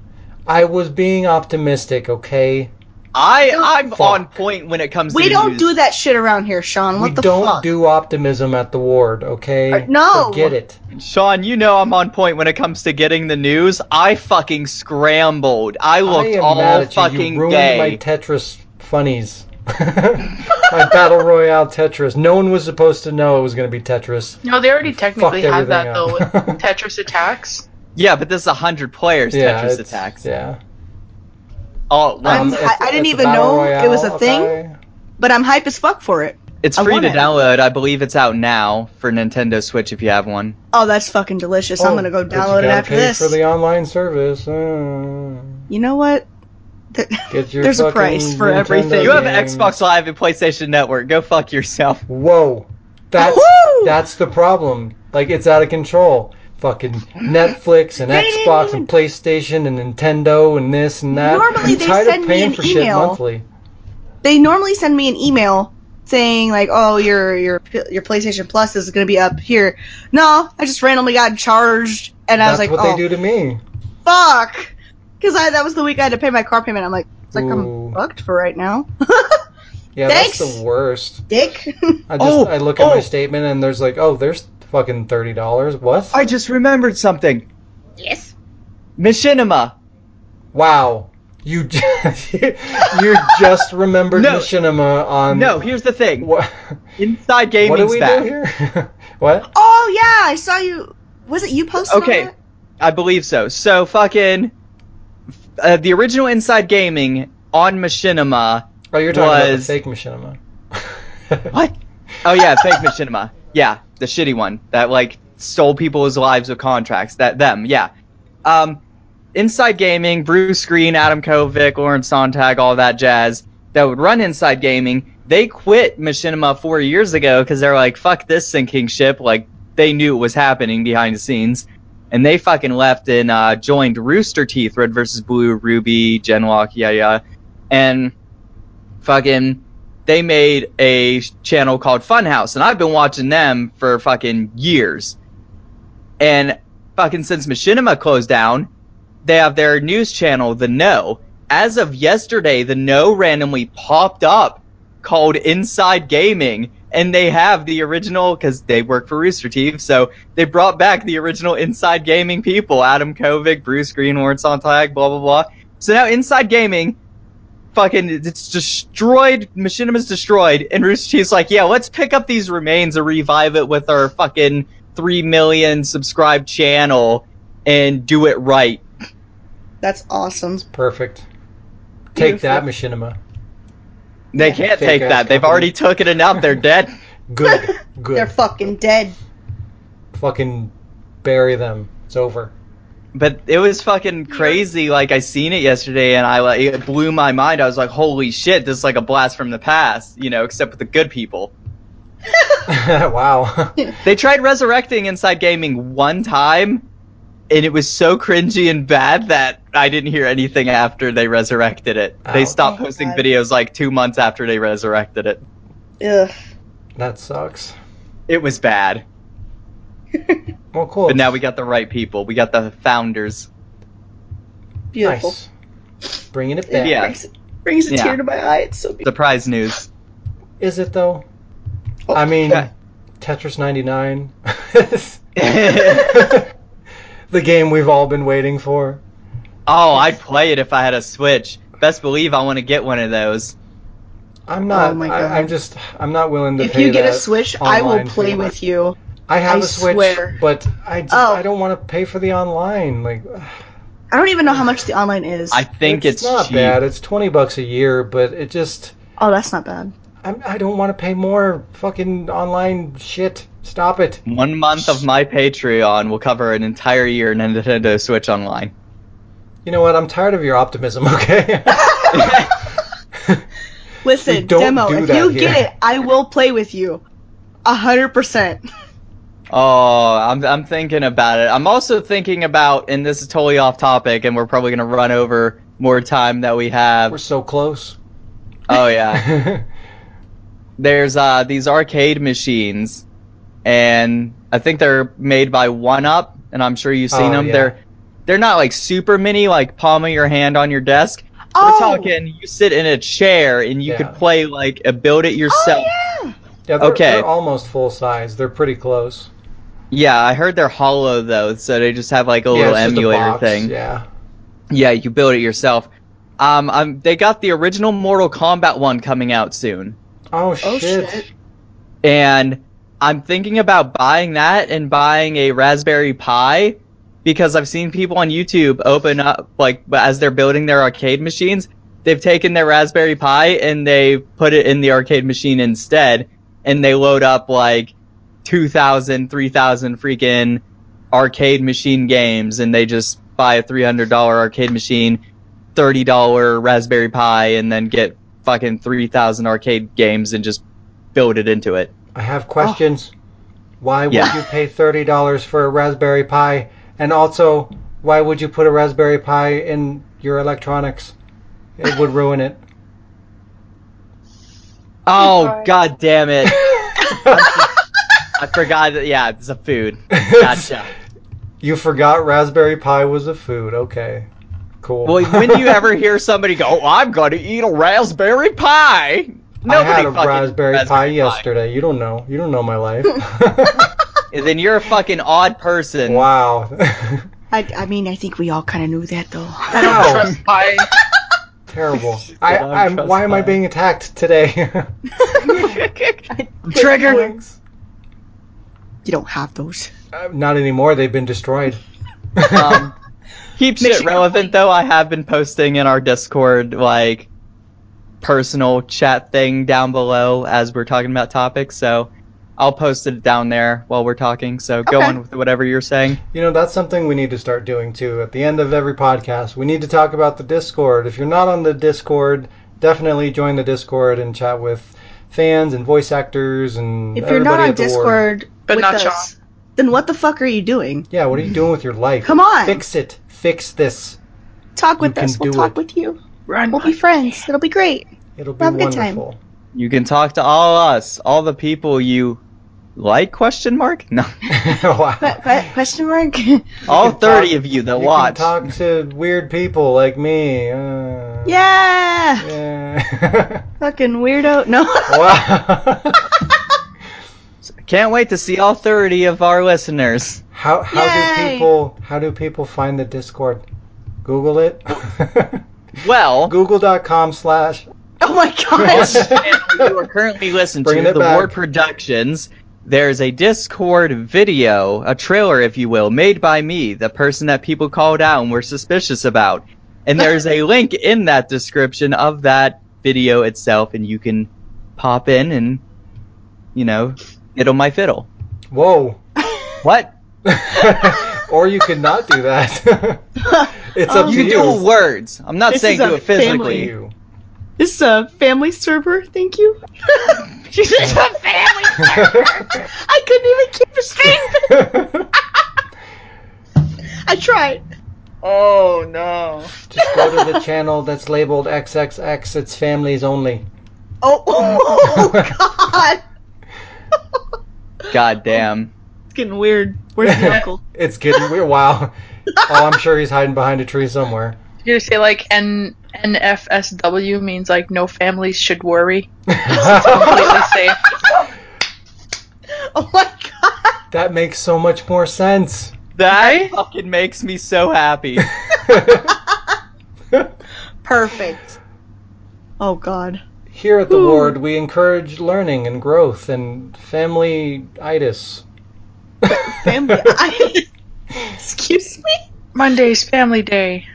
S1: I was being optimistic. Okay,
S4: I I'm
S1: Fuck.
S4: on point when it comes
S3: we
S4: to
S3: don't
S4: news.
S3: do that shit around here, Sean. What
S1: we
S3: the
S1: don't
S3: fuck?
S1: do optimism at the ward. Okay,
S3: Uh, no.
S1: forget it.
S4: Sean, you know I'm on point when it comes to getting the news. I fucking scrambled.
S1: I
S4: I looked
S1: am
S4: all
S1: mad at you.
S4: fucking
S1: you ruined
S4: day.
S1: my Tetris funnies. my battle royale Tetris. No one was supposed to know it was going to be Tetris.
S2: No, they already technically
S1: fucked
S2: have that though
S1: everything
S2: with
S1: up.
S2: Tetris attacks.
S4: yeah, but this is 100 players
S1: yeah,
S4: Tetris
S1: it's-
S4: attacks. Uh,
S1: Yeah,
S4: All at
S3: I'm-
S4: once.
S1: Um,
S3: I- I didn't
S1: a
S3: even
S1: battle
S3: know it was a thing.
S1: okay?
S3: But I'm hype as fuck for it.
S4: It's
S3: I
S4: free
S3: want
S4: to
S3: it.
S4: download. I believe it's out now for Nintendo Switch if you have one.
S3: Oh, that's fucking delicious. I'm gonna go
S1: Oh, but you
S3: download it
S1: gotta
S3: after
S1: pay
S3: this.
S1: for the online service. Uh,
S3: You know what? Th-
S1: Get your
S3: There's a
S1: fucking
S3: price for
S1: Nintendo
S3: everything.
S4: You have
S1: games.
S4: Xbox Live and PlayStation Network. Go fuck yourself.
S1: Whoa, that's
S3: Woo!
S1: that's the problem. Like it's out of control. Fucking Netflix and
S3: They didn't
S1: Xbox
S3: even-
S1: and PlayStation and Nintendo and this and that.
S3: Normally
S1: I'm
S3: they
S1: tired
S3: send
S1: of
S3: me
S1: paying
S3: an
S1: for shit
S3: email.
S1: monthly.
S3: they normally send me an email saying like, "Oh, your your your PlayStation Plus is going to be up here." No, I just randomly got charged, and I
S1: That's
S3: was like,
S1: what
S3: "Oh,
S1: they do to me.
S3: fuck," because I that was the week I had to pay my car payment. I'm like, it's like
S1: Ooh.
S3: I'm fucked for right now,
S1: Yeah, that's
S3: Thanks.
S1: the worst.
S3: dick.
S1: I just
S4: Oh,
S1: I look at
S4: oh.
S1: my statement and there's like, oh, there's fucking thirty dollars. What?
S4: I just remembered something.
S3: yes.
S4: Machinima.
S1: Wow. You just, you just remembered
S4: No.
S1: Machinima on
S4: No, here's the thing.
S1: What,
S4: Inside Gaming's
S1: what do we
S4: back.
S1: do here? what?
S3: Oh yeah, I saw you. Was it you posted? on
S4: Okay,
S3: that?
S4: I believe so. So fucking uh, the original Inside Gaming on Machinima.
S1: Oh, you're talking about the
S4: Was-
S1: fake Machinima.
S4: What? Oh yeah, fake Machinima. Yeah, the shitty one that like stole people's lives with contracts. That them, yeah. Um, inside gaming, Bruce Green, Adam Kovic, Lauren Sontag, all that jazz that would run Inside Gaming, they quit Machinima four years ago because they're like, "Fuck this sinking ship!" Like they knew it was happening behind the scenes, and they fucking left and uh, joined Rooster Teeth, Red versus Blue, Ruby, Genlock, yeah, yeah, and fucking they made a channel called Funhouse, and I've been watching them for fucking years. And fucking since Machinima closed down, they have their news channel, The No. As of yesterday, The No randomly popped up called Inside Gaming, and they have the original, because they work for Rooster Teeth, so they brought back the original Inside Gaming people Adam Kovic, Bruce Green, Warren Sontag, blah, blah, blah. So now Inside Gaming fucking it's destroyed machinima's destroyed and rooster teeth's like yeah let's pick up these remains and revive it with our fucking 3 million subscribed channel and do it right
S3: That's awesome.
S1: Perfect. Take
S3: Beautiful.
S1: that, Machinima.
S4: they can't
S1: fake
S4: take
S1: ass
S4: that they've
S1: company.
S4: already took it enough they're dead
S1: Good. Good.
S3: They're fucking dead.
S1: Fucking bury them. It's over.
S4: but it was fucking crazy like i seen it yesterday and i like it blew my mind i was like holy shit this is like a blast from the past you know except with the good people
S1: wow.
S4: They tried resurrecting Inside Gaming one time, and it was so cringy and bad that I didn't hear anything after they resurrected it.
S1: Oh.
S4: They stopped
S3: Oh,
S4: posting
S3: God.
S4: videos like two months after they resurrected it.
S3: Ugh.
S1: that sucks.
S4: It was bad.
S1: Well, cool.
S4: But now we got the right people. We got the founders.
S3: Beautiful.
S1: Nice. Bringing it
S3: It
S1: back.
S4: Yeah.
S3: Brings, brings a
S4: Yeah.
S3: tear to my eye. It's so beautiful.
S4: Surprise news.
S1: Is it though?
S3: Oh,
S1: I mean,
S4: yeah.
S1: Tetris 99. the game we've all been waiting for.
S4: Oh, I'd play it if I had a Switch. Best believe I want to get one of those.
S1: I'm not.
S3: Oh my God.
S1: I, I'm just. I'm not willing to.
S3: If
S1: pay
S3: you get a
S1: that
S3: Switch, I will
S1: online
S3: play
S1: fee.
S3: with you.
S1: I have
S3: I
S1: a Switch,
S3: swear.
S1: but I, just,
S3: Oh.
S1: I don't want to pay for the online. Like
S3: I don't even know how much the online is.
S4: I think it's,
S1: not
S4: cheap.
S1: bad. It's twenty bucks a year, but it just.
S3: oh, that's not bad.
S1: I'm, I don't want to pay more fucking online shit. Stop it.
S4: One month of my Patreon will cover an entire year of Nintendo Switch Online.
S1: You know what? I'm tired of your optimism. Okay. We
S3: Listen,
S1: don't
S3: demo.
S1: do
S3: If
S1: that
S3: you
S1: here.
S3: get it, I will play with you. A hundred percent.
S4: Oh, I'm I'm thinking about it. I'm also thinking about, and this is totally off topic, and we're probably gonna run over more time that we
S1: We're
S4: have.
S1: so close.
S4: Oh yeah,
S1: yeah.
S4: there's uh these arcade machines, and I think they're made by One Up, and I'm sure you've seen
S1: Oh,
S4: them.
S1: yeah.
S4: They're they're not like super mini, like palm of your hand on your desk.
S3: Oh,
S4: We're talking you sit in a chair and you
S1: Yeah.
S4: could play like a build it yourself.
S3: Oh, yeah.
S1: They're,
S4: Okay.
S1: They're almost full size. They're pretty close.
S4: yeah. I heard they're hollow though, so they just have like a
S1: yeah,
S4: little
S1: it's just a
S4: emulator
S1: box,
S4: thing.
S1: Yeah.
S4: Yeah, you build it yourself. Um, um, they got the original Mortal Kombat one coming out soon,
S1: Oh
S3: Oh
S1: shit.
S3: shit.
S4: and I'm thinking about buying that and buying a Raspberry Pi because I've seen people on YouTube open up like as they're building their arcade machines, they've taken their Raspberry Pi and they put it in the arcade machine instead, and they load up like 2,000, 3,000 freaking arcade machine games, and they just buy a $300 arcade machine, $30 Raspberry Pi, and then get fucking 3,000 arcade games and just build it into it.
S1: I have questions. Why would
S4: Oh. Yeah.
S1: you pay thirty dollars for a Raspberry Pi? And also, why would you put a Raspberry Pi in your electronics? It would ruin it.
S4: Oh, god damn it. I forgot that, yeah, it's a food. Gotcha.
S1: you forgot Raspberry Pi was a food. Okay, cool.
S4: Well, when you ever hear somebody go, "Oh, I'm going to eat a raspberry pie,
S1: I had
S4: nobody
S1: a
S4: fucking
S1: Raspberry, Pi yesterday. You don't know. You don't know my life.
S4: And then you're a fucking odd person.
S1: wow.
S3: I, I mean, I think we all kind of knew that though.
S2: I don't
S1: Wow.
S2: trust pie.
S1: Terrible. I,
S4: on
S1: I'm, why am I
S4: Trustpilot.
S1: being attacked today?
S4: Trigger.
S3: You don't have those.
S1: Uh, Not anymore. They've been destroyed.
S4: Um, keeps
S3: Makes
S4: it
S3: you
S4: relevant though. I have been posting in our Discord like personal chat thing down below as we're talking about topics. So I'll post it down there while we're talking. So go
S3: Okay.
S4: on with whatever you're saying.
S1: You know, that's something we need to start doing too. At the end of every podcast, we need to talk about the Discord. If you're not on the Discord, definitely join the Discord and chat with fans and voice actors and
S3: If you're
S1: everybody
S3: not on
S1: at the Ward.
S3: Discord
S2: But
S3: with
S2: not
S3: us,
S2: Sean.
S3: then what the fuck are you doing?
S1: Yeah, what are you doing with your life?
S3: Come on.
S1: Fix it. Fix this.
S3: Talk with
S1: can
S3: us. We'll
S1: do
S3: talk
S1: it.
S3: with you.
S2: Run.
S3: We'll be friends. It'll be great.
S1: It'll be
S3: Have a good time.
S1: wonderful.
S4: You can talk to all us, all the people you like? Question mark? No,
S1: wow.
S3: Que- que- question mark?
S4: all
S1: can
S4: thirty
S1: talk-
S4: of you that
S1: You
S4: watch.
S1: can talk to weird people like me. Uh,
S3: yeah.
S1: Yeah.
S3: Fucking weirdo. No.
S1: wow.
S4: Can't wait to see all thirty of our listeners.
S1: How how do
S3: Yay.
S1: people how do people find the Discord? Google it.
S4: Well,
S1: Google.com slash
S3: oh my gosh.
S4: you are currently listening
S1: Bringing
S4: to
S1: it
S4: the
S1: back.
S4: Ward Productions. There's a Discord video, a trailer, if you will, made by me, the person that people called out and were suspicious about. And there's a link in that description of that video itself, and you can pop in and, you know, fiddle my fiddle.
S1: Whoa.
S4: What?
S1: or you could not do that. it's up
S3: Um,
S1: to
S4: You
S1: you.
S4: do words. I'm not
S3: This
S4: saying
S3: is
S4: do
S3: a
S4: it physically.
S3: family. this is a family server. Thank you. She's just a family server. I couldn't even keep a straight. I tried.
S2: Oh no.
S1: Just go to the channel that's labeled XXX. It's families only.
S3: Oh, oh, God.
S4: God damn.
S3: It's getting weird. Where's the uncle?
S1: It's getting weird. Wow. Oh, I'm sure he's hiding behind a tree somewhere.
S2: You're gonna say like N NFSW means like no families should worry. Completely safe.
S3: Oh my God.
S1: that makes so much more sense.
S4: That fucking makes me so happy.
S3: Perfect. Oh God.
S1: Here at the ward, we encourage learning and growth and family itis.
S3: Family. I, excuse me.
S2: Monday's family day.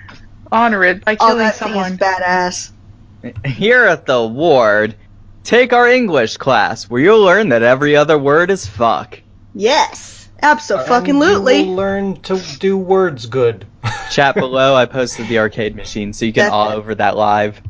S2: Honor it by
S3: Oh,
S2: killing
S3: that thing is
S2: someone.
S3: badass.
S4: Here at the ward, take our English class where you'll learn that every other word is fuck.
S3: Yes.
S1: And you will
S3: Absolutely.
S1: learn to do words good.
S4: Chat below, I posted the arcade machine so you can
S3: That's
S4: all
S3: it.
S4: over that live.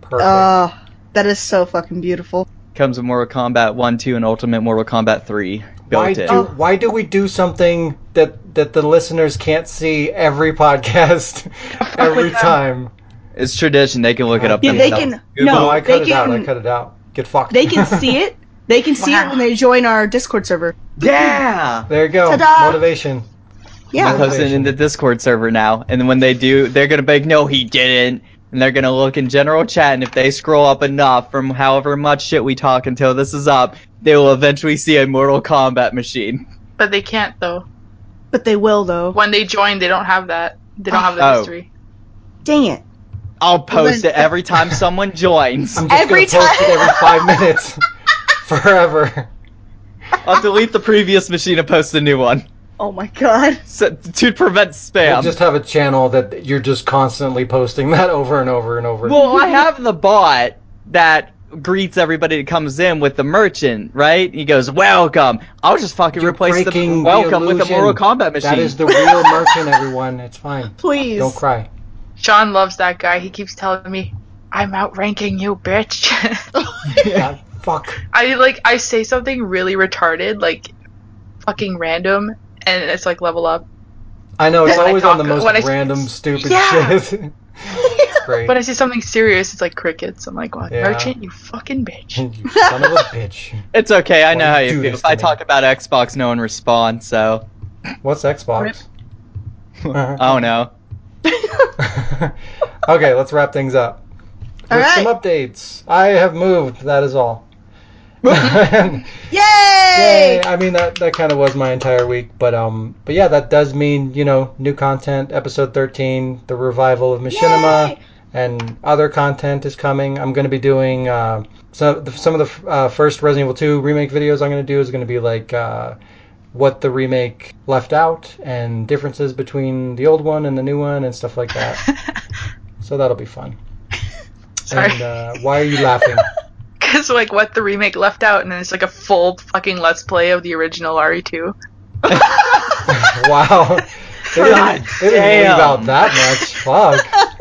S1: Perfect.
S3: Uh, that is so fucking beautiful.
S4: Comes with Mortal Kombat 1, 2, and Ultimate Mortal Kombat 3
S1: why
S4: built
S1: do
S4: in.
S3: Oh.
S1: why do we do something that that the listeners can't see every podcast every
S2: with them.
S1: time?
S4: It's tradition, they can look it up
S3: Yeah, they
S4: themselves.
S3: can.
S4: Google
S1: No,
S3: No,
S1: I
S3: they
S1: cut it out. I
S3: can.
S1: cut it out. Get fucked.
S3: They can see it. They can see it
S2: Wow.
S3: when they join our Discord server.
S4: Yeah!
S1: there you go.
S3: Ta-da!
S1: Motivation.
S4: I'm
S3: Yeah.
S1: Because-
S4: posting in the Discord server now, and then when they do, they're gonna be like, no, he didn't. And they're gonna look in general chat, and if they scroll up enough from however much shit we talk until this is up, they will eventually see a Mortal Kombat machine.
S2: But they can't though.
S3: But they will though.
S2: When they join, they don't have that. They don't have the
S4: Oh.
S2: history.
S3: Dang it.
S4: I'll post
S3: then-
S4: it every time someone joins.
S1: I'm just
S3: Every
S1: gonna post it
S3: time.
S1: every five minutes. Forever.
S4: I'll delete the previous machine and post the new one
S3: Oh my God.
S4: so, to prevent
S1: We'll
S4: spam.
S1: just have a channel that you're just constantly posting that over and over and over.
S4: Well, I have the bot that greets everybody that comes in with the merchant, right? He goes, "Welcome." I'll just fucking replace
S1: breaking
S4: the
S1: the
S4: welcome with a
S1: illusion.
S4: Mortal Kombat machine.
S1: that is the real merchant, everyone. It's fine.
S3: Please.
S1: Don't cry.
S2: Sean loves that guy. He keeps telling me, "I'm outranking you, bitch."
S1: God, Uh, fuck.
S2: I like I say something really retarded, like fucking random, and it's like level up.
S1: I know it's
S2: When I
S1: always on the
S2: talk-
S1: most
S2: when I-
S1: random, stupid
S2: Yeah.
S1: shit. It's Great.
S2: When I say something serious, it's like crickets. I'm like, well,
S1: Yeah.
S2: merchant, you fucking bitch.
S1: you son of a bitch.
S4: It's okay. I know
S1: Why
S4: how
S1: you do
S4: you feel.
S1: this
S4: If
S1: to
S4: I
S1: me?
S4: talk about Xbox, no one responds. So,
S1: What's Xbox?
S4: oh no.
S1: okay, let's wrap things up.
S3: All
S1: With
S3: right.
S1: some updates. I have moved, that is all. Yay!
S3: Yay!
S1: I mean that that kind of was my entire week, but um but yeah, that does mean, you know, new content, episode 13, the revival of Machinima.
S3: Yay!
S1: and other content is coming. I'm going to be doing uh, some some of the uh, first Resident Evil 2 remake videos. I'm going to do is going to be like uh, what the remake left out and differences between the old one and the new one and stuff like that. so that'll be fun.
S2: Sorry.
S1: And uh, why are you laughing?
S2: is like what the remake left out, and then it's like a full fucking let's play of the original E RE2.
S1: wow. They
S4: God
S1: didn't, they didn't leave
S4: damn.
S1: out that much. Fuck.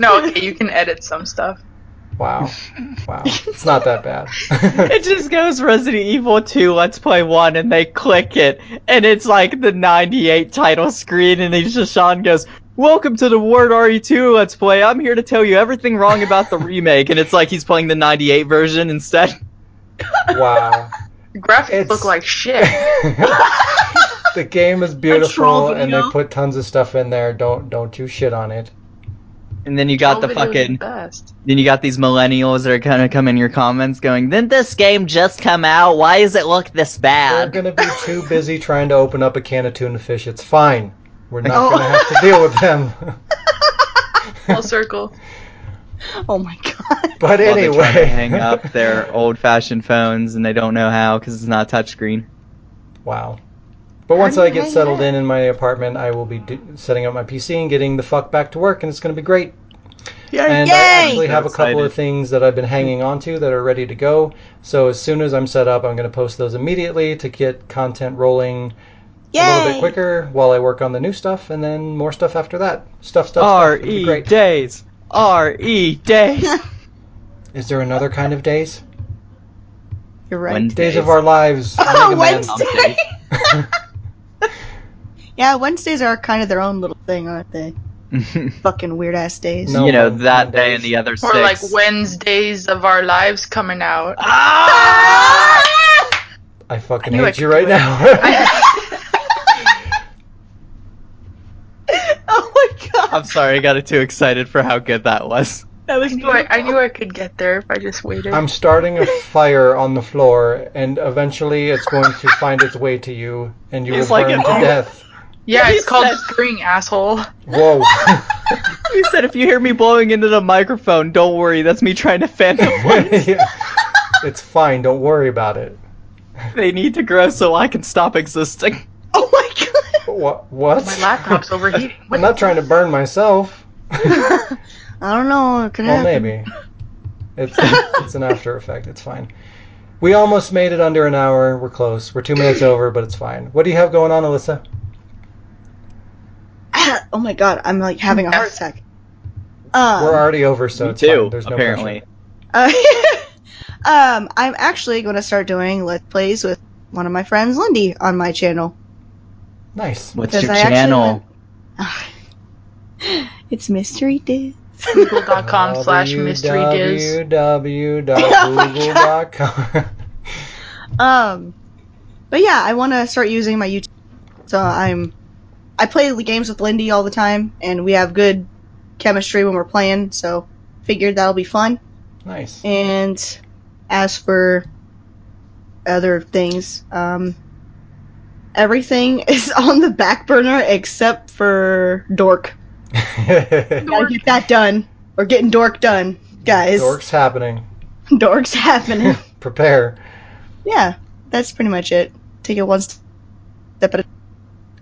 S2: No, okay, you can edit some stuff.
S1: Wow. Wow. It's not that bad.
S4: It just goes Resident Evil 2, Let's Play 1, and they click it, and it's like the 98 title screen, and then Shashan goes, Welcome to the Ward RE2 Let's Play. I'm here to tell you everything wrong about the remake, and it's like he's playing the 98 version instead.
S1: wow.
S2: Graphics
S1: It's-
S2: look like shit.
S1: the game is
S3: troll
S1: beautiful and they
S3: video.
S1: put tons of stuff in there. Don't don't you shit on it.
S4: And then you got the
S2: Troll videos are
S4: fucking,
S2: best.
S4: then you got these millennials that are gonna come in your comments going, Didn't this game just come out? Why does it look this
S1: We're
S4: bad?
S1: gonna be too busy trying to open up a can of tuna fish. It's fine. We're not
S3: Oh.
S1: gonna have to deal with them.
S2: Full circle.
S3: Oh my god.
S1: But
S4: While they're
S1: anyway,
S4: trying to hang up their old-fashioned phones, and they don't know how because it's not touchscreen.
S1: Wow. But once
S3: do you
S1: I get
S3: hang
S1: settled
S3: it up?
S1: in in my apartment, I will be do- setting up my PC and getting the fuck back to work, and it's going to be great. And I
S3: Yay!
S1: actually have a
S4: So
S1: couple of
S4: excited.
S1: things that I've been hanging on to that are ready to go. So as soon as I'm set up, I'm going to post those immediately to get content rolling a little bit quicker while I work on the new stuff, and then more stuff after that. Stuff, stuff,
S4: R
S1: stuff. It'll be
S4: E
S1: great.
S4: days. R E days.
S1: Is there another kind of days?
S3: You're right.
S1: Days, of our lives. Mega
S3: Oh,
S1: Man.
S3: Wednesday. yeah, Wednesdays are kind of their own little thing, aren't they? Fucking weird ass days.
S1: No
S4: you know
S1: one-
S4: that
S1: one
S4: day
S1: days.
S4: and the other
S2: Or
S4: six.
S2: like Wednesdays of Our Lives coming out.
S4: Ah!
S1: I fucking
S2: I knew I
S1: hate you
S2: could
S1: right
S2: do it.
S1: now.
S3: oh my god.
S4: I'm sorry, I got it too excited for how good that was.
S3: That was
S2: I knew I, I knew I could get there if I just waited.
S1: I'm starting a fire on the floor, and eventually it's going to find its way to you, and you
S4: It's
S1: will
S4: like "Oh."
S1: burn
S4: an
S1: to
S4: old-
S1: death.
S2: yeah,
S4: He
S2: it's called
S4: said-
S2: spring, asshole.
S1: Whoa!
S4: You said if you hear me blowing into the microphone, don't worry, that's me trying to fan the flames.
S1: Yeah. It's fine. Don't worry about it.
S4: They need to grow so I can stop existing.
S3: Oh my god.
S1: What? What?
S2: My laptop's overheating. What
S1: I'm not trying to burn myself.
S3: I don't know. It could
S1: Well,
S3: happen.
S1: maybe. It's it's an after effect. It's fine. We almost made it under an hour. We're close. We're two minutes over, but it's fine. What do you have going on, Alyssa?
S3: Ah, oh my god. I'm like having a heart attack. Um,
S1: We're already over, so it's fine. There's no
S4: apparently.
S1: pressure.
S3: Uh, um, I'm actually going to start doing let's plays with one of my friends, Lindy, on my channel.
S1: Nice.
S4: What's
S3: Because
S4: your
S3: I actually
S4: channel?
S3: It's mystery diz.
S2: Google.com slash mystery diz.
S1: www.google.com.
S3: um, but yeah, I want to start using my YouTube. So I'm, I play the games with Lindy all the time, and we have good chemistry when we're playing. So figured that'll be fun.
S1: nice.
S3: And as for other things, um, everything is on the back burner except for Dork. Gotta get that done. We're getting Dork done, guys.
S1: Dork's happening.
S3: Dork's happening.
S1: Prepare.
S3: yeah, that's pretty much it. Take it one step at a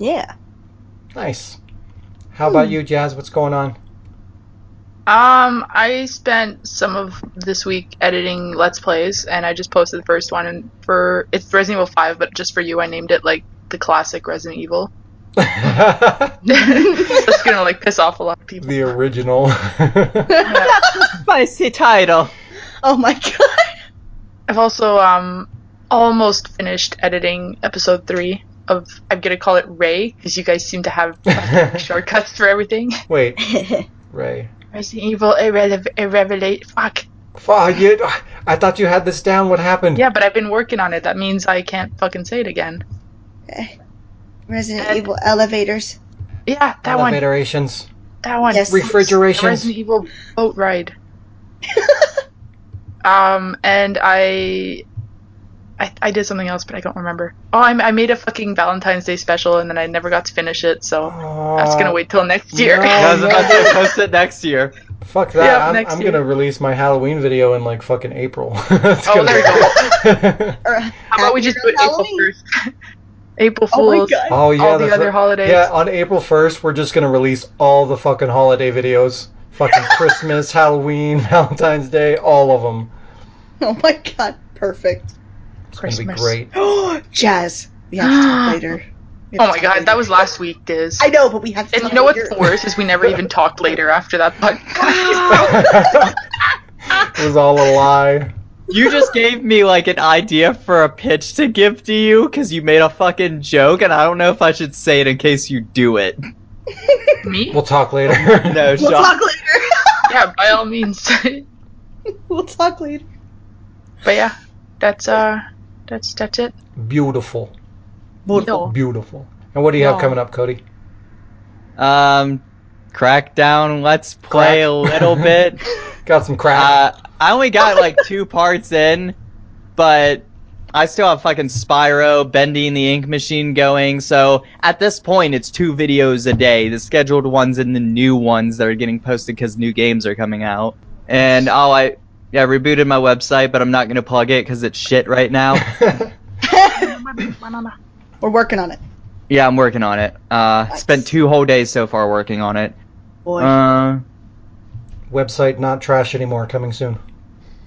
S3: Yeah.
S1: Nice. How about you, Jazz? What's going on?
S2: Um, I spent some of this week editing Let's Plays, and I just posted the first one. And for it's Resident Evil Five, but just for you, I named it like the classic Resident Evil. so it's gonna like piss off a lot of people.
S1: the original.
S4: Spicy title.
S3: Oh my god.
S2: I've also um almost finished editing episode three of I'm gonna call it Ray because you guys seem to have fucking shortcuts for everything.
S1: Wait, Ray.
S2: Resident Evil irrelevant, irrelevant. Fuck.
S1: Fuck you! I thought you had this down. What happened?
S2: Yeah, but I've been working on it. That means I can't fucking say it again.
S3: Resident
S2: And-
S3: Evil elevators.
S2: Yeah, that one.
S1: Elevatorations.
S2: That one.
S3: Yes.
S1: Refrigerations.
S2: Resident Evil boat ride. um, and I, I, I did something else, but I don't remember. Oh, I, I made a fucking Valentine's Day special, and then I never got to finish it, so I was gonna wait till next year.
S1: no.
S4: I was about to post it next year.
S1: Fuck that.
S2: Yeah,
S1: I'm,
S2: next
S1: I'm
S2: year.
S1: gonna release my Halloween video in like fucking April. It's
S2: Oh,
S1: gonna
S2: there
S1: be-
S3: Or- uh,
S2: How about we just do it April
S3: Halloween.
S2: first? April
S3: Oh my
S2: Fools.
S3: god.
S1: oh yeah.
S2: All the
S1: that's
S2: other
S1: right.
S2: holidays.
S1: Yeah, on April 1st, we're just gonna release all the fucking holiday videos. Fucking Christmas, Halloween, Valentine's Day, all of them.
S3: Oh my god, perfect.
S1: It's going to be
S2: Christmas.
S1: great.
S3: Oh, Jazz. We have to talk later. We have to
S2: Oh my
S3: talk
S2: god,
S3: later.
S2: that was last week, Diz.
S3: I know, but we have to.
S2: and
S3: talk
S2: you know what's
S3: later.
S2: worse is we never even talked later after that podcast.
S1: It was all a lie.
S4: You just gave me like an idea for a pitch to give to you because you made a fucking joke, and I don't know if I should say it in case you do it.
S2: Me?
S1: We'll talk later.
S4: No,
S3: We'll
S4: Sean.
S3: talk later.
S2: Yeah, by all means. but
S3: we'll talk later.
S2: yeah, that's uh, that's that's it.
S1: Beautiful.
S2: No.
S1: Beautiful. And what do you
S2: No.
S1: have coming up, Cody?
S4: Um, Crackdown. Let's play a
S1: Crack.
S4: little bit.
S1: Got some crap.
S4: Uh, I only got like two parts in, but I still have fucking Spyro, Bending the Ink Machine going. So at this point, it's two videos a day the scheduled ones and the new ones that are getting posted because new games are coming out. And oh, I. Yeah, I rebooted my website, but I'm not gonna plug it because it's shit right now.
S3: We're working on it.
S4: yeah, I'm working on it. Uh, spent two whole days so far working on it.
S3: Boy.
S4: Uh,
S1: Website not trash anymore. Coming soon.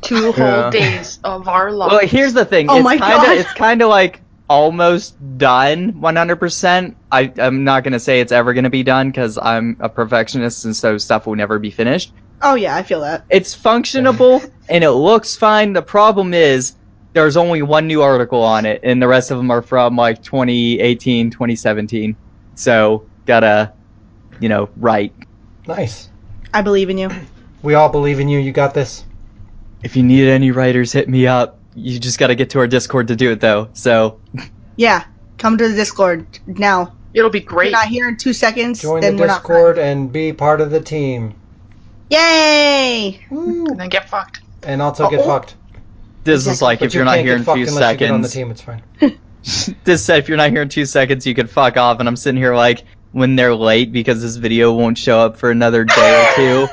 S2: Two whole
S4: Yeah.
S2: days of our life.
S4: Well, here's the thing.
S3: Oh
S4: it's
S3: my
S4: kinda,
S3: God.
S4: It's kind of like almost done, 100%. I, I'm not going to say it's ever going to be done because I'm a perfectionist and so stuff will never be finished.
S3: oh yeah, I feel that.
S4: It's functionable and it looks fine. The problem is there's only one new article on it and the rest of them are from like 2018, 2017. So gotta, you know, write.
S1: Nice.
S3: I believe in you.
S1: We all believe in you. You got this.
S4: If you need any writers, hit me up. You just gotta get to our Discord to do it though. So
S3: Yeah, come to the Discord now.
S2: It'll be
S3: If you're
S2: great.
S3: not here in two seconds,
S1: Join
S3: then
S1: the
S3: we're
S1: Discord and be part of the team.
S3: not friends. Yay!
S2: And then get fucked.
S1: And
S2: Uh,
S1: also get
S2: oh.
S3: Uh-oh.
S1: fucked.
S4: this is like
S1: But
S4: if
S1: you
S4: you're not
S1: can't get
S4: here in a
S1: fucked
S4: few
S1: unless you get on the
S4: seconds.
S1: team, it's fine.
S4: this said if you're not here in two seconds you could fuck off and i'm sitting here like when they're late because this video won't show up for another day or two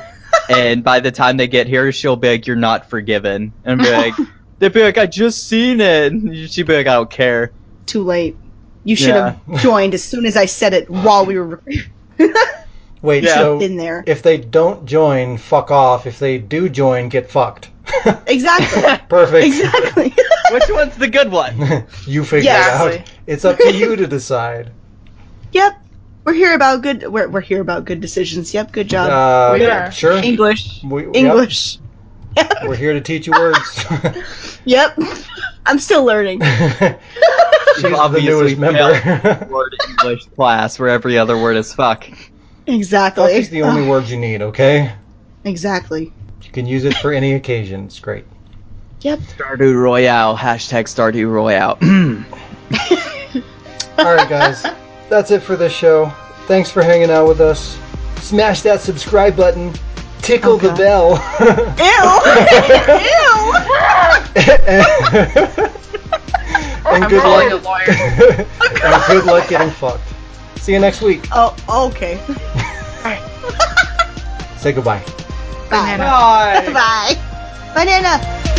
S4: and by the time they get here she'll be like you're not forgiven and be like they'd be like i just seen it and she'd be like i don't care
S3: Too late. You should have joined as soon as I said it while we were recording.
S1: Wait,
S4: Yeah.
S1: so
S3: in there.
S1: if they don't join, fuck off. If they do join, get fucked.
S3: Exactly.
S1: Perfect.
S3: exactly.
S4: which one's the good one
S1: you figure
S2: Exactly.
S1: it out. It's up to you to decide.
S3: yep. We're here about good. We're we're here about good decisions. Yep. Good job.
S1: Uh,
S2: We are.
S1: Sure.
S3: Um, English.
S1: We- yep,
S3: English.
S1: we're here to teach you words.
S3: Yep. I'm still learning.
S1: She's the newest member.
S4: word english class where every other word is fuck
S3: Exactly.
S1: Fuck is the only
S3: Ugh,
S1: word you need, okay?
S3: Exactly.
S1: You can use it for any occasion. It's great.
S3: Yep.
S4: stardew royale hashtag stardew royale
S1: All right, guys. That's it for this show. Thanks for hanging out with us. Smash that subscribe button. Tickle
S3: Oh,
S1: the
S3: God.
S1: bell.
S3: Ew. Ew.
S1: and
S2: I'm
S1: good
S2: calling a
S1: luck.
S2: lawyer.
S1: and good luck getting fucked. See you next week.
S3: Oh. Okay.
S1: Say goodbye.
S3: Bye.
S2: Banana.
S4: Bye.
S3: Bye. Banana.